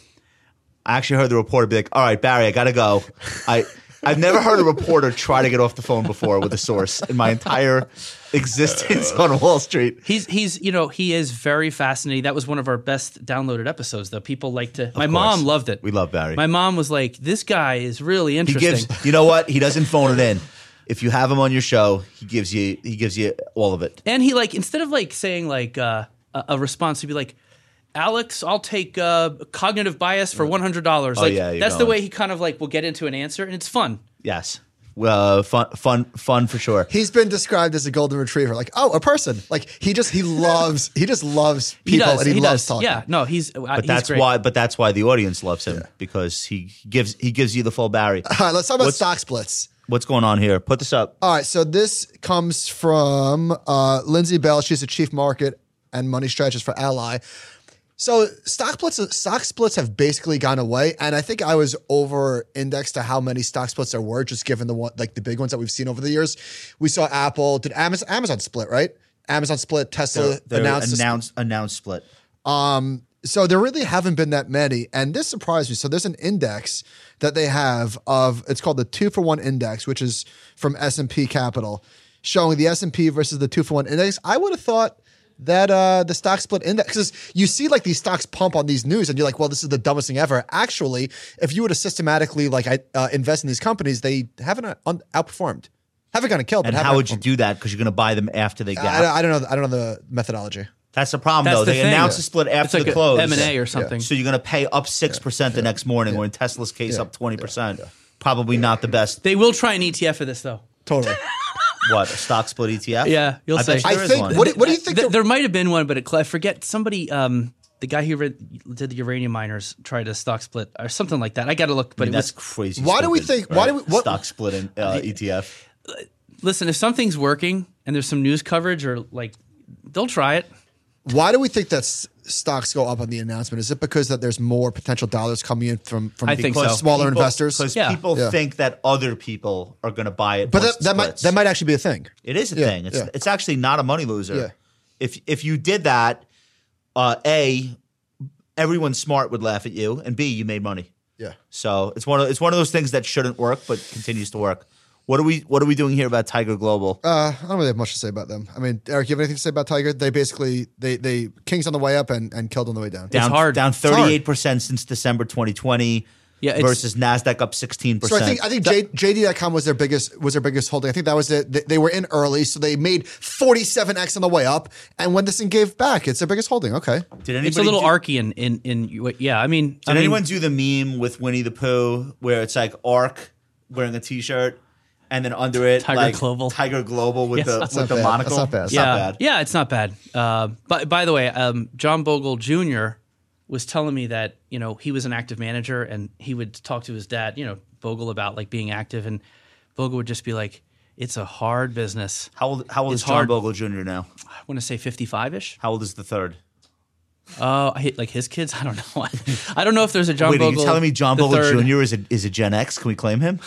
I actually heard the reporter be like, "All right, Barry, I gotta go." I I've never heard a reporter try to get off the phone before with a source in my entire existence on Wall Street.
He's he's you know he is very fascinating. That was one of our best downloaded episodes, though. People like to. my mom loved it.
We love Barry.
My mom was like, "This guy is really
he
interesting."
gives you know what? He doesn't phone it in. If you have him on your show, he gives you he gives you all of it.
and he like instead of like saying like uh a, a response. He'd be like, Alex, I'll take uh, cognitive bias for $100.
Oh,
like,
yeah, you're
that's the
going.
way he kind of like will get into an answer, and it's fun.
Yes. Well, uh, fun, fun, fun for sure.
He's been described as a golden retriever. Like, oh, a person. Like he just he loves he just loves people
He does.
and he,
he
loves
does.
talking.
Yeah. No, he's. But
But that's why. But that's why the audience loves him because he gives he gives you the full Barry.
All right, let's talk about
What's-
stock splits.
What's going on here? Put this up.
All right, so this comes from uh, Lindsay Bell. She's the chief market and money strategist for Ally. So stock splits, stock splits have basically gone away, and I think I was over indexed to how many stock splits there were, just given the one like the big ones that we've seen over the years. We saw Apple did Amazon, Amazon split, right? Amazon split, Tesla
They're
announced. a split.
announced announced split.
so there really haven't been that many, and this surprised me. So there's an index that they have of it's called the two for one index, which is from S and P Capital, showing the S and P versus the two for one index. I would have thought that uh, the stock split index, because you see like these stocks pump on these news, and you're like, well, this is the dumbest thing ever. Actually, if you were to systematically like I- uh, invest in these companies, they haven't uh, un- outperformed, haven't gone to kill.
And how would you do that? Because you're going to buy them after they
I,
gap.
I don't know. I don't know the methodology.
That's the problem,
That's
though.
the
they
thing.
announce a split
It's
after
like
the close.
M and A or something.
So you're going to pay up six percent the next morning, or in Tesla's case, up twenty percent. Probably not the best.
They will try an ETF for this though.
Totally.
What a stock split ETF?
Yeah, you'll
I bet
see.
you
I
there is
think-
one. Uh,
what do- you think
Th-
the-
there might have been one, but it, I forget somebody. Um, the guy who read, did the uranium miners tried to stock split or something like that. I got to look, but
I mean,
it was
that's crazy.
Why do we
stupid,
think- why do we- what-
stock splitting uh, ETF?
listen. If something's working and there's some news coverage or like, they'll try it.
Why do we think that s- stocks go up on the announcement? Is it because that there's more potential dollars coming in from from
I think
because
so.
smaller investors?
because
Yeah.
people
Yeah.
think that other people are going to buy it.
but
once
that, that
it
might
splits.
that might actually be a thing.
It is a
Yeah,
thing. It's
yeah.
it's actually not a money loser.
Yeah.
If if you did that, uh, a everyone smart would laugh at you, and b you made money.
Yeah.
So it's one of it's one of those things that shouldn't work but continues to work. What are we What are we doing here about Tiger Global?
Uh, I don't really have much to say about them. I mean, Eric, you have anything to say about Tiger? They basically they they kings on the way up and and killed on the way down.
down
hard.
down
It's
thirty eight percent since December twenty twenty.
Yeah, it's-
versus Nasdaq up sixteen
So
percent.
I think I think J, JD.com was their biggest was their biggest holding. I think that was it. They, they were in early, so they made 47x on the way up, and when this thing gave back, it's their biggest holding. Okay,
did anybody
It's a little
do,
arky in in in. what- Yeah, I mean,
Did anyone do the meme with Winnie the Pooh where it's like Ark wearing a t shirt? And then under it,
Tiger
like,
Global.
Tiger Global with the with
not
the
bad.
monocle.
That's not bad.
It's
yeah,
not bad.
yeah, it's not bad. Uh, but by the way, um, John Bogle Jr. was telling me that you know he was an active manager and he would talk to his dad, you know, Bogle about like being active, and Bogle would just be like, "It's a hard business."
How old? How old
It's
is John
hard.
Bogle Jr. now?
I want to say fifty-five ish.
How old is the third?
Oh, I hate like his kids. I don't know. I don't know if there's a John
Wait,
Bogle.
are you telling me John
the
Bogle
third.
Jr. is a is a Gen X? Can we claim him?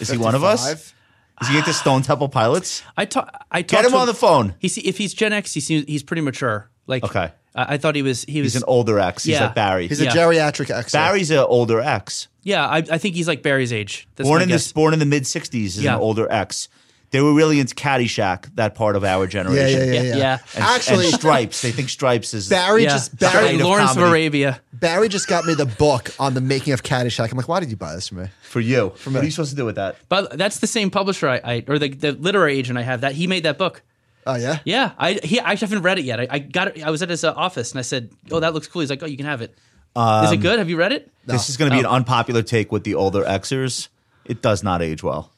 Is he one of us?
Five.
Is he at the Stone Temple Pilots?
I talk. I
Get
talked
him
to
on the phone.
He see if he's Gen X, he seems he's pretty mature. Like
Okay.
I, I thought he was. He was.
He's an older X. He's
Yeah.
like Barry.
He's a
Yeah.
geriatric expert.
Barry's an older X.
yeah, I, I think he's like Barry's age. That's
Born
my
in
guess.
this, born in the mid '60s is
Yeah.
an older X. They were really into Caddyshack, that part of
yeah,
our
yeah,
generation.
yeah, yeah.
Yeah, yeah.
And,
Actually,
and Stripes. They think Stripes is
Barry
yeah.
just Barry
Kind of
Lawrence of
comedy.
Arabia.
Barry just got me the book on the making of Caddyshack. I'm like, why did you buy this for me?
for you. what are you supposed to do with that?
But that's the same publisher I, I or the, the literary agent I have. That he made that book.
Oh yeah,
Yeah, I he I haven't read it yet. I, I got it. I was at his uh, office and I said, "Oh, that looks cool." He's like, "Oh, you can have it. Is it good? Have you read it?
This is going to be
Um,
an unpopular take with the older Xers. It does not age well.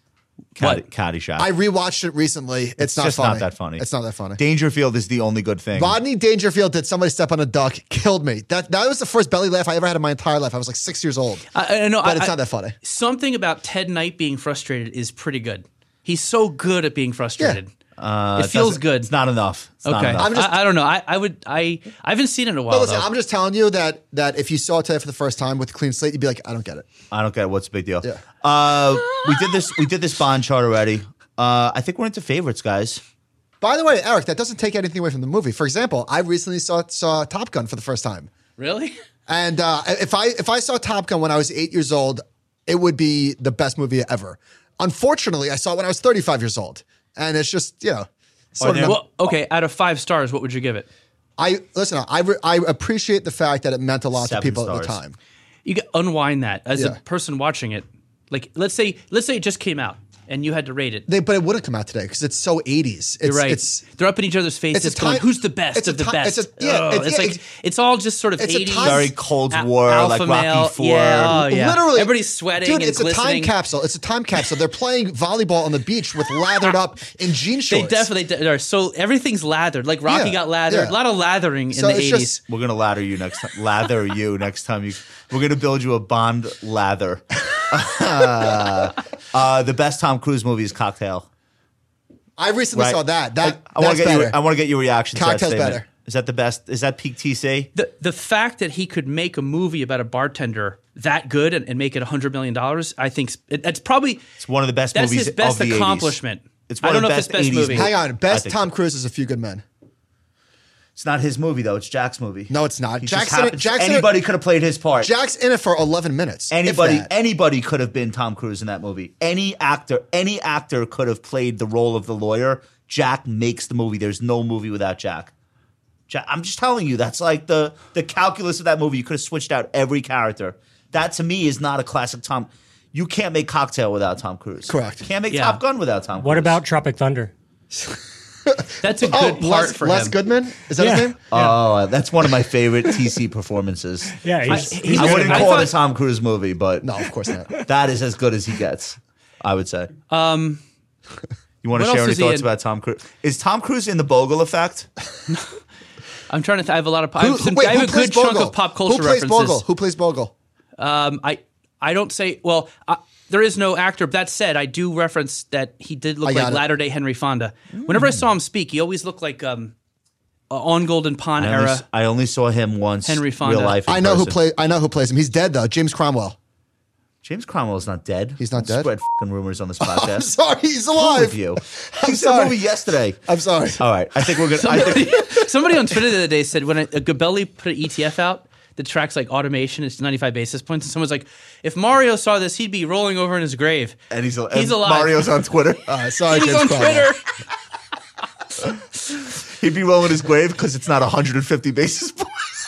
Caddy,
What?
Caddyshack.
I rewatched it recently. It's, not
just
funny.
not that funny.
It's not that funny.
Dangerfield is the only good thing.
Rodney Dangerfield did somebody step on a duck, killed me. That that was the first belly laugh I ever had in my entire life. I was like six years old,
I, I know.
but
I,
it's
I-
not that funny.
something about Ted Knight being frustrated is pretty good. He's so good at being frustrated.
Uh,
it feels
doesn't-
good.
It's not enough. It's not
okay,
enough.
I'm just, I, I don't know. I, I would I I haven't seen it in a while.
But listen,
though.
I'm just telling you that that if you saw it today for the first time with a clean slate, you'd be like, I don't get it.
I don't get it. what's the big deal.
Yeah.
Uh, we did this. We did this bond chart already. Uh, I think we're into favorites, guys.
By the way, Eric, that doesn't take anything away from the movie. For example, I recently saw saw Top Gun for the first time.
really.
And uh, if I if I saw Top Gun when I was eight years old, it would be the best movie ever. Unfortunately, I saw it when I was thirty five years old, and it's just you know.
Oh,
Sort of,
Well, okay. Out of five stars, what would you give it?
I listen. I re- I appreciate the fact that it meant a lot to
Seven
people at the
stars.
time.
you get unwind that as
Yeah.
a person watching it. Like let's say let's say it just came out. and you had to rate it.
They, but it wouldn't come out today because it's so 80s. It's,
You're right.
It's,
They're up in each other's faces.
it's a
going,
time-
Who's the best
it's a
of the
ti-
best?
it's a- yeah,
Oh,
it's-
it's,
yeah,
like
it's-
it's, all just sort of
it's a
80s.
time-
Very Cold
Al-
War,
alpha
like Rocky
male.
Four.
Yeah, oh, yeah.
Literally,
Everybody's sweating
Dude,
and
it's a time
glistening.
capsule. It's a time capsule. They're playing volleyball on the beach with lathered up in jean
They
shorts.
definitely d- are. So everything's lathered. Like Rocky
Yeah,
got lathered.
yeah.
A lot of lathering
So
in the
it's
80s.
just-
We're gonna lather you next time. Lather you next time. You, we're gonna build you a Bond lather. uh, the best Tom Cruise movie is Cocktail.
I recently
Right.
saw that. That
I
that's
want to get
better.
your, I want to get your reaction. to that
Cocktail's
statement.
better.
Is that the best? Is that peak TC?
the the fact that he could make a movie about a bartender that good and, and make it hundred million dollars, I think s- it, it's probably
It's one of the best
that's
movies.
his best
of the 80s.
accomplishment.
It's
I
one
don't
of the
know if it's
best
best
80s
movie.
movies.
Hang on. Best
think
Tom Cruise is A Few Good Men.
It's not his movie though. It's Jack's movie.
No, it's not.
He just
Jackson-
happens-
Jackson-
Anybody could have played his part.
Jack's in it for 11 minutes. if
anybody.
that.
Anybody could have been Tom Cruise in that movie. Any actor. Any actor could have played the role of the lawyer. Jack makes the movie. There's no movie without Jack. Jack. I'm just telling you. That's like the the calculus of that movie. You could have switched out every character. That to me is not a classic Tom. You can't make Cocktail without Tom Cruise.
Correct.
You can't make
Yeah.
Top Gun without Tom.
What
Cruise.
about Tropic Thunder?
That's a good
Oh,
part
Les,
for
Les
him. Uh,
Goodman? Is that
Yeah.
his name?
Oh, that's one of my favorite TC performances.
Yeah, he's,
I-
he's
I
I
good.
wouldn't
I
call
thought-
it a Tom Cruise movie, but
No, of course not.
that is as good as he gets. I would say. Um, you want to
what else
share any
is he
thoughts
in?
about Tom Cruise? Is Tom Cruise in the Bogle Effect?
I'm trying to. Th- I have a lot of. I
Who-
have, some,
wait,
I have
who
a
plays
good chunk
Bogle?
of pop culture
Who plays
references.
Bogle? Who plays Bogle?
Um, I I don't say well. I, there is no actor. That said, I do reference that he did look
I got
like
it.
Latter Day Henry Fonda. Whenever I saw him speak, he always looked like um, uh, on Golden Pond
I
era.
only, I only saw him once.
Henry Fonda.
Real life. in
I know who
person.
plays. I know who plays him. He's dead though. James Cromwell.
James Cromwell is not dead.
He's not dead?
Spread fing rumors on this
I'm
podcast.
sorry, he's
What's
alive.
with you.
I'm
He saw
sorry.
a movie yesterday.
I'm sorry.
All right. I think we're gonna. I think,
somebody, somebody on Twitter the other day said when a, a Gabelli put an ETF out that tracks like automation, it's 95 basis points. And someone's like, if Mario saw this, he'd be rolling over in his grave.
and he's, and
He's alive.
Mario's on Twitter.
Uh, sorry,
He's
James
on
Cromwell.
Twitter.
He'd be rolling his grave because it's not 150 basis points.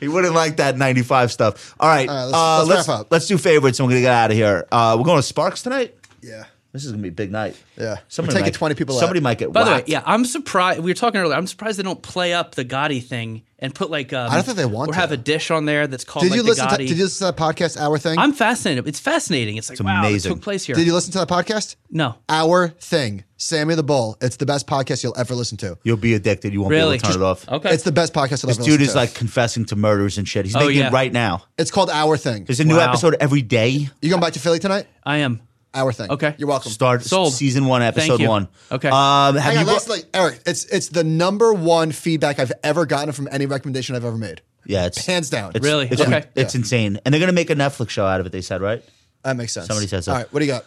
he wouldn't like that 95 stuff. All right,
All right, let's-
uh,
let's wrap up.
let's do favorites, and we're gonna get out of here. Uh, we're going to Sparks tonight.
Yeah.
This is gonna be a big night.
Yeah.
somebody
We're taking
might-
20 people out.
Somebody might get.
By the way,
whacked.
yeah, I'm surprised. We were talking earlier. I'm surprised they don't play up the Gotti thing and put like um,
I don't think they want
or
to.
have a dish on there that's called
Did
like
you
the
listen? To,
Gotti.
did you listen to that podcast hour thing?
I'm fascinated. It's fascinating. It's like wow,
amazing.
it took place here.
did you listen to that podcast?
no,
Our thing, Sammy the Bull. It's the best podcast you'll ever listen to.
You'll be addicted. You won't
really?
be able to turn it off.
Okay,
It's the best podcast you'll
This
ever
dude
listen
is
to.
like confessing to murders and shit. He's
Oh,
making
yeah.
it right now.
it's called Our Thing.
There's a new
Wow.
episode every day.
You going back to Philly tonight?
I am.
Our Thing.
Okay.
You're welcome.
Start
Sold.
season one, episode
you.
one.
Okay.
Um, have
Hang
you
on,
bro-
lastly, Eric, it's it's the number one feedback I've ever gotten from any recommendation I've ever made.
yeah, it's
Hands down.
It's,
Really?
It's,
Okay.
It's insane, and they're gonna make a Netflix show out of it. They said right.
That makes sense.
Somebody said so.
All right, what do you got?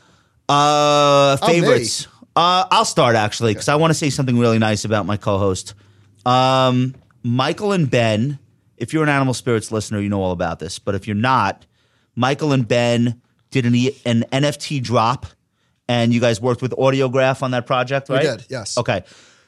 Uh,
Oh, me.
favorites. uh, I'll start actually because I want to say something really nice about my co-host, um, Michael and Ben. If you're an Animal Spirits listener, you know all about this. But if you're not, Michael and Ben did an, E- an NFT drop, and you guys worked with Audiograph on that project, right?
did, yes.
Okay.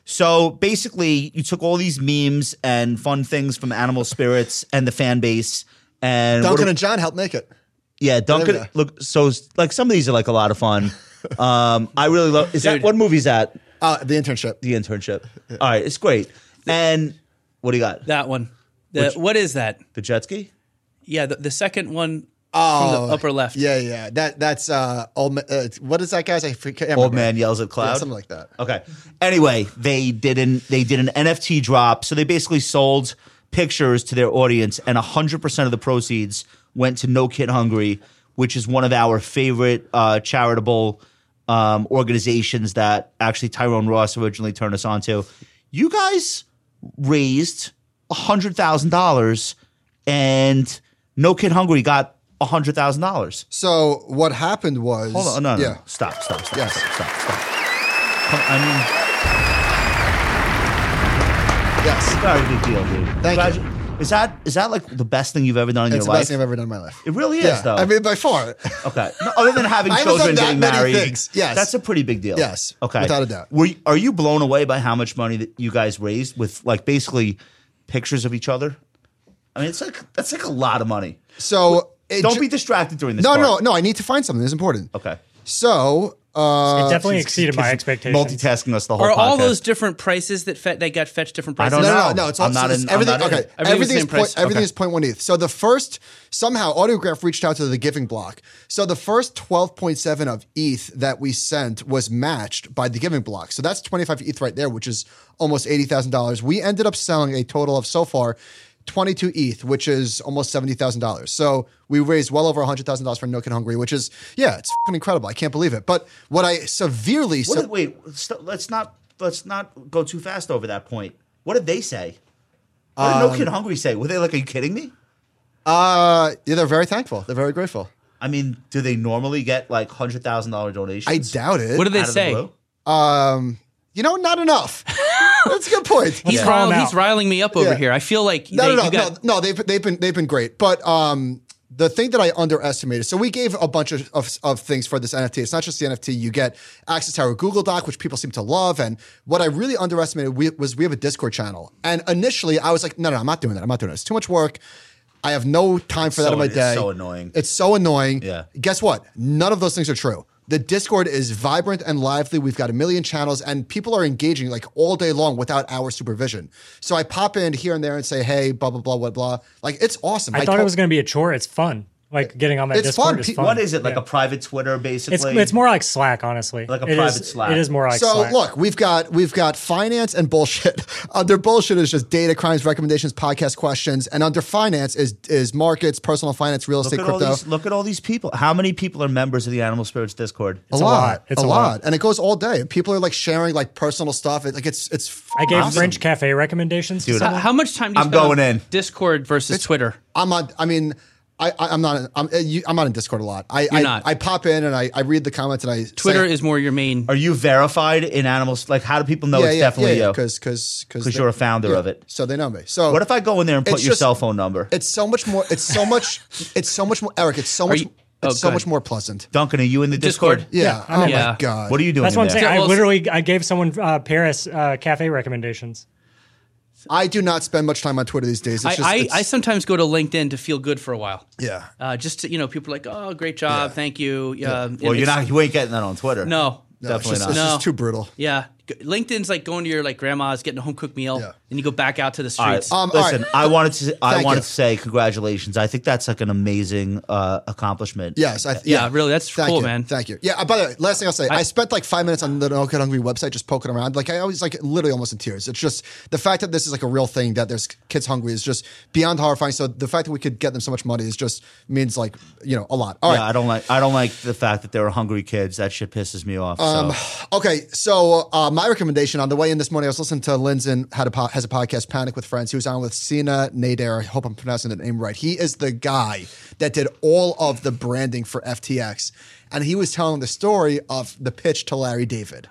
So basically, you took all these memes and fun things from Animal Spirits and the fan base, and what
Duncan
do-
and John helped make it.
yeah, Duncan.
Whatever.
Look, so like some of these are like a lot of fun. Um, I really love. Is that
Dude.
what movie's that?
Uh, the internship.
The internship. All right, it's great. And what do you got?
that one. The, what is that?
The jet ski.
Yeah, the, the second one
Oh,
from the upper left.
Yeah, yeah. That that's uh old. ma- Uh, what is that guy's? I forget. I
Old
remember.
man yells at
Yeah,
cloud.
something like that.
Okay. Anyway, they did an they did an NFT drop, so they basically sold pictures to their audience, and hundred percent of the proceeds went to No Kid Hungry, which is one of our favorite uh, charitable um, organizations that actually Tyrone Ross originally turned us onto. You guys raised hundred thousand dollars, and No Kid Hungry got hundred thousand dollars.
So what happened was?
Hold on, no, no,
yeah.
no. stop, stop, stop,
Yes.
stop, stop, stop. Come- I mean.
Yes.
Very big deal, dude.
Thank
Glad
you.
Is that is that like the best thing you've ever done in
It's the
your life?
best thing I've ever done in my life.
it really is,
yeah.
though.
I mean, by far.
okay. No, other than having
I haven't done
children,
that
getting
many
married,
things. Yes.
that's a pretty big deal.
Yes,
Okay.
without a doubt.
Were you, are you blown away by how much money that you guys raised with like basically pictures of each other? I mean, it's like that's like a lot of money.
So it
Don't
ju-
be distracted during this.
No,
part.
no, no. I need to find something. It's important.
Okay.
So,
It
uh,
definitely
She's-
exceeded my
she's
expectations.
Multitasking us the whole
Are all
podcast.
those different prices that fe- they got fetched different
I
prices?
don't
no,
know.
no, no, no. It's all
I'm not
it's
in- I'm
everything.
not in.
okay,
Everything's
everything
the
is
same
point.
price.
Everything
Okay.
is point one ETH. So the first somehow Autograph reached out to the Giving Block. So the first twelve point seven of ETH that we sent was matched by the Giving Block. So that's twenty five ETH right there, which is almost eighty thousand dollars. We ended up selling a total of so far. 22 ETH, which is almost $70,000. So we raised well over $100,000 for Nook and Hungry, which is, yeah, it's fucking incredible. I can't believe it. But what I severely,
What
se-
did, wait, st- let's not let's not go too fast over that point. What did they say? What
Um,
did No Kid Hungry say? Were they like, "Are you kidding me"?
uh, yeah, they're very thankful. They're very grateful.
I mean, do they normally get like hundred thousand dollar donations?
I doubt it.
What do they
out of the
say?
blue?
you know, not enough. That's a good point.
He's,
Yeah.
riled,
Call 'em
he's
out.
riling me up over
Yeah.
here. I feel like
no,
they,
no, no,
you got,
no, no. They've they've been they've been great, but um, the thing that I underestimated. So we gave a bunch of, of of things for this NFT. It's not just the NFT. You get access to our Google Doc, which people seem to love. And what I really underestimated we, was we have a Discord channel. And initially, I was like, no, no, I'm not doing that. I'm not doing that. It's too much work. I have no time for that
so-
in my
it's
day.
so annoying.
It's so annoying.
Yeah.
Guess what? None of those things are true. The Discord is vibrant and lively. We've got a million channels, and people are engaging like all day long without our supervision. So I pop in here and there and say, "Hey, blah blah blah blah blah." Like it's awesome.
I thought
told-
it was going to be a chore. It's fun. Like getting on that
It's
Discord
fun.
is
Pe-
fun.
What is it like
Yeah.
a private Twitter, basically?
It's it's more like Slack, honestly.
Like a
It is-
private Slack.
It is more like
so
Slack.
look, we've got we've got finance and bullshit. under bullshit is just data, crimes, recommendations, podcast questions, and under finance is is markets, personal finance, real
Look
estate,
at, all
crypto.
these, look at all these people. How many people are members of the Animal Spirits Discord?
a
a
lot,
lot. It's
a
a
lot.
lot.
and it goes all day. And people are like sharing like personal stuff. It, like it's it's.
I gave
Awesome.
French cafe recommendations. to
Dude,
how,
someone.
how much time do you
I'm
spend
going
on
in.
Discord versus Twitter?
I'm on. I mean, I, I I'm not. I'm uh, you, I'm not in Discord a lot. I I,
not.
I pop in and I, I read the comments and I
Twitter
say,
is more your main.
Are you verified in animals? Like, how do people
oh,
know
yeah
it's
yeah
definitely
yeah
you?
because because
'Cause you're a founder of it.
So they know me. So
what if I go in there and put
It's
your
just-
cell phone number?
It's so much more. It's so much. it's so much more. Eric. It's so much.
you- oh,
it's so
go
much
ahead.
more pleasant.
Duncan, are you in the Discord?
Yeah. oh
in.
my
Yeah.
god.
What are you doing?
That's
in
what I'm
there?
saying.
Yeah,
I
well,
literally I gave someone uh, Paris uh, cafe recommendations.
I do not spend much time on Twitter these days. It's
I,
just,
I,
it's-
I sometimes go to LinkedIn to feel good for a while.
yeah.
Uh, just to, you know, people are like, oh, great job, thank you. Yeah. Um,
Well,
and
you're
it's-
not. You ain't getting that on Twitter.
No.
No, it's
definitely
just,
not.
It's just
No.
too brutal.
Yeah, G- LinkedIn's like going to your like grandma's, getting a home cooked meal,
Yeah.
and you go back out to the
All right.
streets.
Um, all
Listen,
right.
I Oh. wanted to. I
Thank
wanted
you.
to say congratulations. I think that's like an amazing uh, accomplishment.
Yes, I,
Yeah, really, that's
Thank
cool,
you.
man.
Thank you. Yeah. uh, By the way, last thing I'll say, I, spent like five minutes on the No Get Hungry website just poking around. Like I always like literally almost in tears. It's just the fact that this is like a real thing that there's kids hungry is just beyond horrifying. So the fact that we could get them so much money is just means like you know a lot. All
Yeah,
right.
I don't like. I don't like the fact that there are hungry kids. That shit pisses me off. so.
Okay, so uh, my recommendation on the way in this morning, I was listening to Lindzen had a po- has a podcast, Panic with Friends. He was on with Sina Nader. I hope I'm pronouncing the name right. He is the guy that did all of the branding for FTX, and he was telling the story of the pitch to Larry David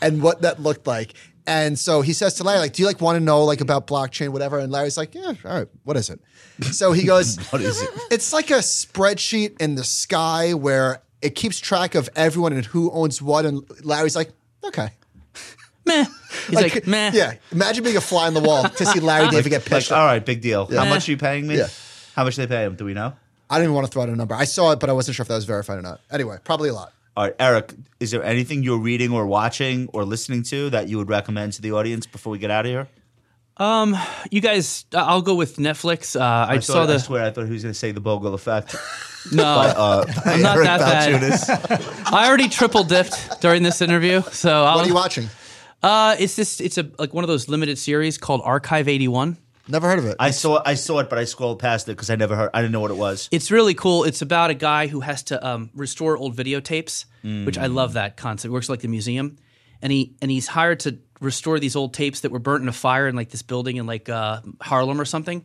and what that looked like. And so he says to Larry, like, "Do you like want to know like about blockchain, whatever?" And Larry's like, "Yeah, all right. What is it?" So he goes, "What is it?" It's like a spreadsheet in the sky where it keeps track of everyone and who owns what. And Larry's like, "Okay."
meh. He's like, meh.
Yeah. Imagine being a fly on the wall to see Larry David get
Like,
pitched.
all right, big deal. How much are you paying me?
Yeah.
How much they pay him? Do we know?
I didn't even want to throw out a number. I saw it, but I wasn't sure if that was verified or not. Anyway, probably a lot.
All right, Eric. Is there anything you're reading or watching or listening to that you would recommend to the audience before we get out of here?
You guys, I- I'll go with Netflix. Uh, I,
I
saw
thought, I
the
swear, I thought he was going to say the Bogle effect.
no.
Uh,
I'm not
Eric
that bad.
Balchunas.
I already triple dipped during this interview, so I'll,
What are you watching?
Uh, it's this. It's a like one of those limited series called Archive eighty one.
Never heard of it.
I saw, I saw it, but I scrolled past it because I never heard. I didn't know what it was.
It's really cool. It's about a guy who has to um, restore old videotapes, which I
Mm.
love that concept. It works like the museum, and he and he's hired to restore these old tapes that were burnt in a fire in like this building in like uh, Harlem or something.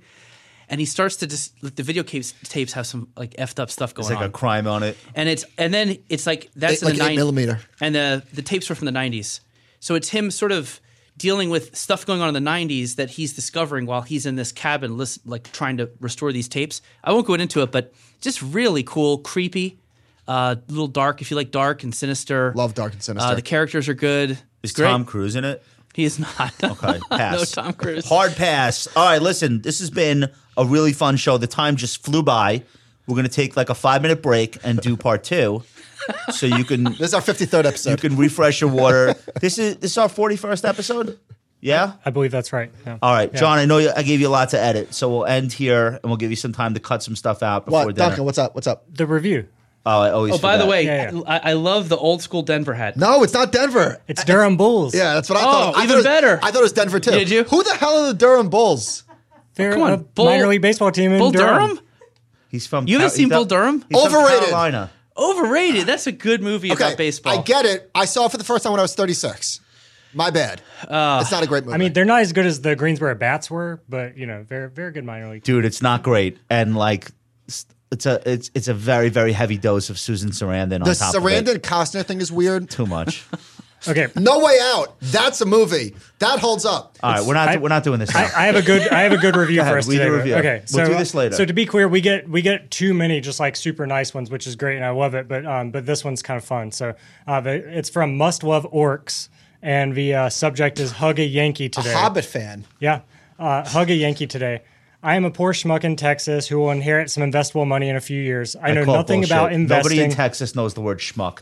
And he starts to just like, the video tapes, tapes have some like effed up stuff going
It's like
on,
a crime on it.
and it's and then it's like
Eight-
that's in
like
the
eight
90s.
millimeter.
and the the tapes were from the nineties, so it's him sort of dealing with stuff going on in the nineties that he's discovering while he's in this cabin, listen, like trying to restore these tapes. I won't go into it, but just really cool, creepy, uh, little dark if you like dark and sinister.
Love Dark and Sinister.
Uh, the characters are good.
Is
It's great.
Tom Cruise in it?
He is not.
Okay, pass.
no, Tom Cruise.
Hard pass. All right, listen, this has been a really fun show. The time just flew by. We're gonna take like a five minute break and do part two, so you can
This is our 53rd
you
episode.
can refresh your water. This is this is our forty first episode. Yeah.
I believe that's right. Yeah.
All right,
Yeah.
John. I know you, I gave you a lot to edit, so we'll end here and we'll give you some time to cut some stuff out before
what,
dinner.
Duncan, what's up? What's up?
The review.
oh, I always.
Oh, by the
forget.
way,
Yeah, yeah.
I, I love the old school Denver hat.
No, it's not Denver.
It's Durham Bulls.
Yeah, that's what I
Oh,
thought. I
even
thought it was-
better.
I thought it was Denver too.
Did you?
Who the hell are the Durham Bulls?
They're
come on,
a
Bull-
minor league baseball team in
Bull
Durham.
Durham?
he's from.
You haven't
Cal-
seen
he's
Bull
not-
Durham?
He's from
Overrated.
Carolina.
Overrated. That's a good movie
Okay,
about baseball.
I get it. I saw it for the first time when I was 36. My bad.
Uh,
it's not a great movie.
I mean, they're not as good as the Greensboro Bats were, but you know, very very good minor league.
dude, it's not great. And like, s- it's a it's it's a very very heavy dose of Susan Sarandon on
the
top of it.
Sarandon Costner thing is weird.
Too much.
Okay,
No Way Out. That's a movie that holds up.
All right, we're not
I-
we're not doing this.
I,
now.
I have a good I have a good review for us
we do
today. but-
review.
Okay, so
We'll do this later.
So to be clear, we get we get too many just like super nice ones, which is great and I love it. But um, but this one's kind of fun. So uh, the, it's from Must Love Orcs, and the uh, subject is Hug a Yankee today.
Hobbit fan.
Yeah. Uh, hug a Yankee today. I am a poor schmuck in Texas who will inherit some investable money in a few years. I know
call
nothing about
bullshit. Nobody in
investing.
Texas knows the word schmuck.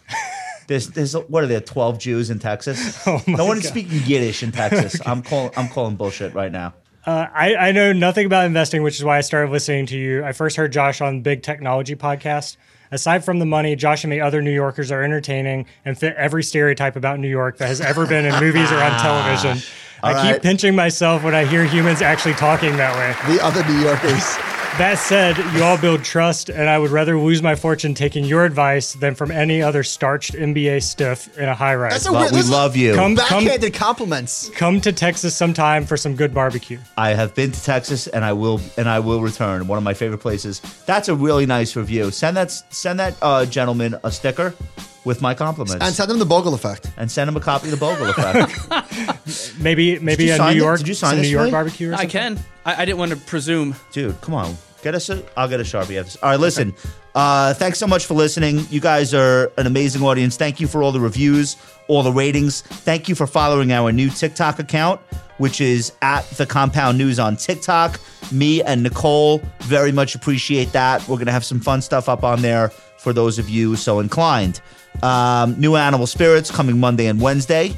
There's, there's what are there? Twelve Jews in Texas.
Oh
no one's speaking Yiddish in Texas. I'm calling I'm calling bullshit right now.
uh, I, I know nothing about investing, which is why I started listening to you. I first heard Josh on Big Technology Podcast. Aside from the money, Josh and the other New Yorkers are entertaining and fit every stereotype about New York that has ever been in movies or
Ah.
on television. I
right.
keep pinching myself when I hear humans actually talking that way.
The other New Yorkers.
That said, you all build trust, and I would rather lose my fortune taking your advice than from any other starched NBA stiff in a high rise.
That's a
But
weird.
we
this is
love you.
Come-
Backhanded compliments.
Come to Texas sometime for some good barbecue.
I have been to Texas and I will and I will return. One of my favorite places. That's a really nice review. Send that send that uh, gentleman a sticker with my compliments
And send them the Bogle effect.
and send him a copy of the Bogle effect.
Maybe maybe
you
a
sign
New
it?
York
Did you sign
some
this
New York
thing?
barbecue. Or
I
something?
can. I, I didn't want to presume.
dude come on get us a i'll get a sharpie after this. all right listen uh thanks so much for listening you guys are an amazing audience thank you for all the reviews all the ratings thank you for following our new tiktok account which is at the compound news on tiktok me and nicole very much appreciate that we're gonna have some fun stuff up on there for those of you so inclined um, new animal spirits coming monday and wednesday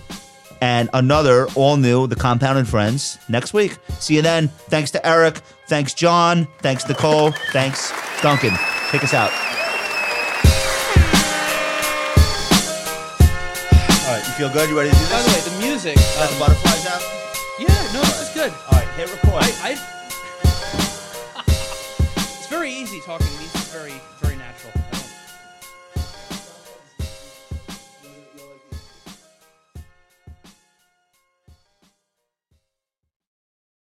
and another all new The Compound and Friends next week. See you then. Thanks to Eric. Thanks, John. Thanks, Nicole. Thanks, Duncan. Take us out. All right, you feel good? You ready to do this?
By the way, the music.
Got the
um,
butterflies out?
yeah, no, this is good.
All right, hit record.
I. it's very easy talking. Music's very, very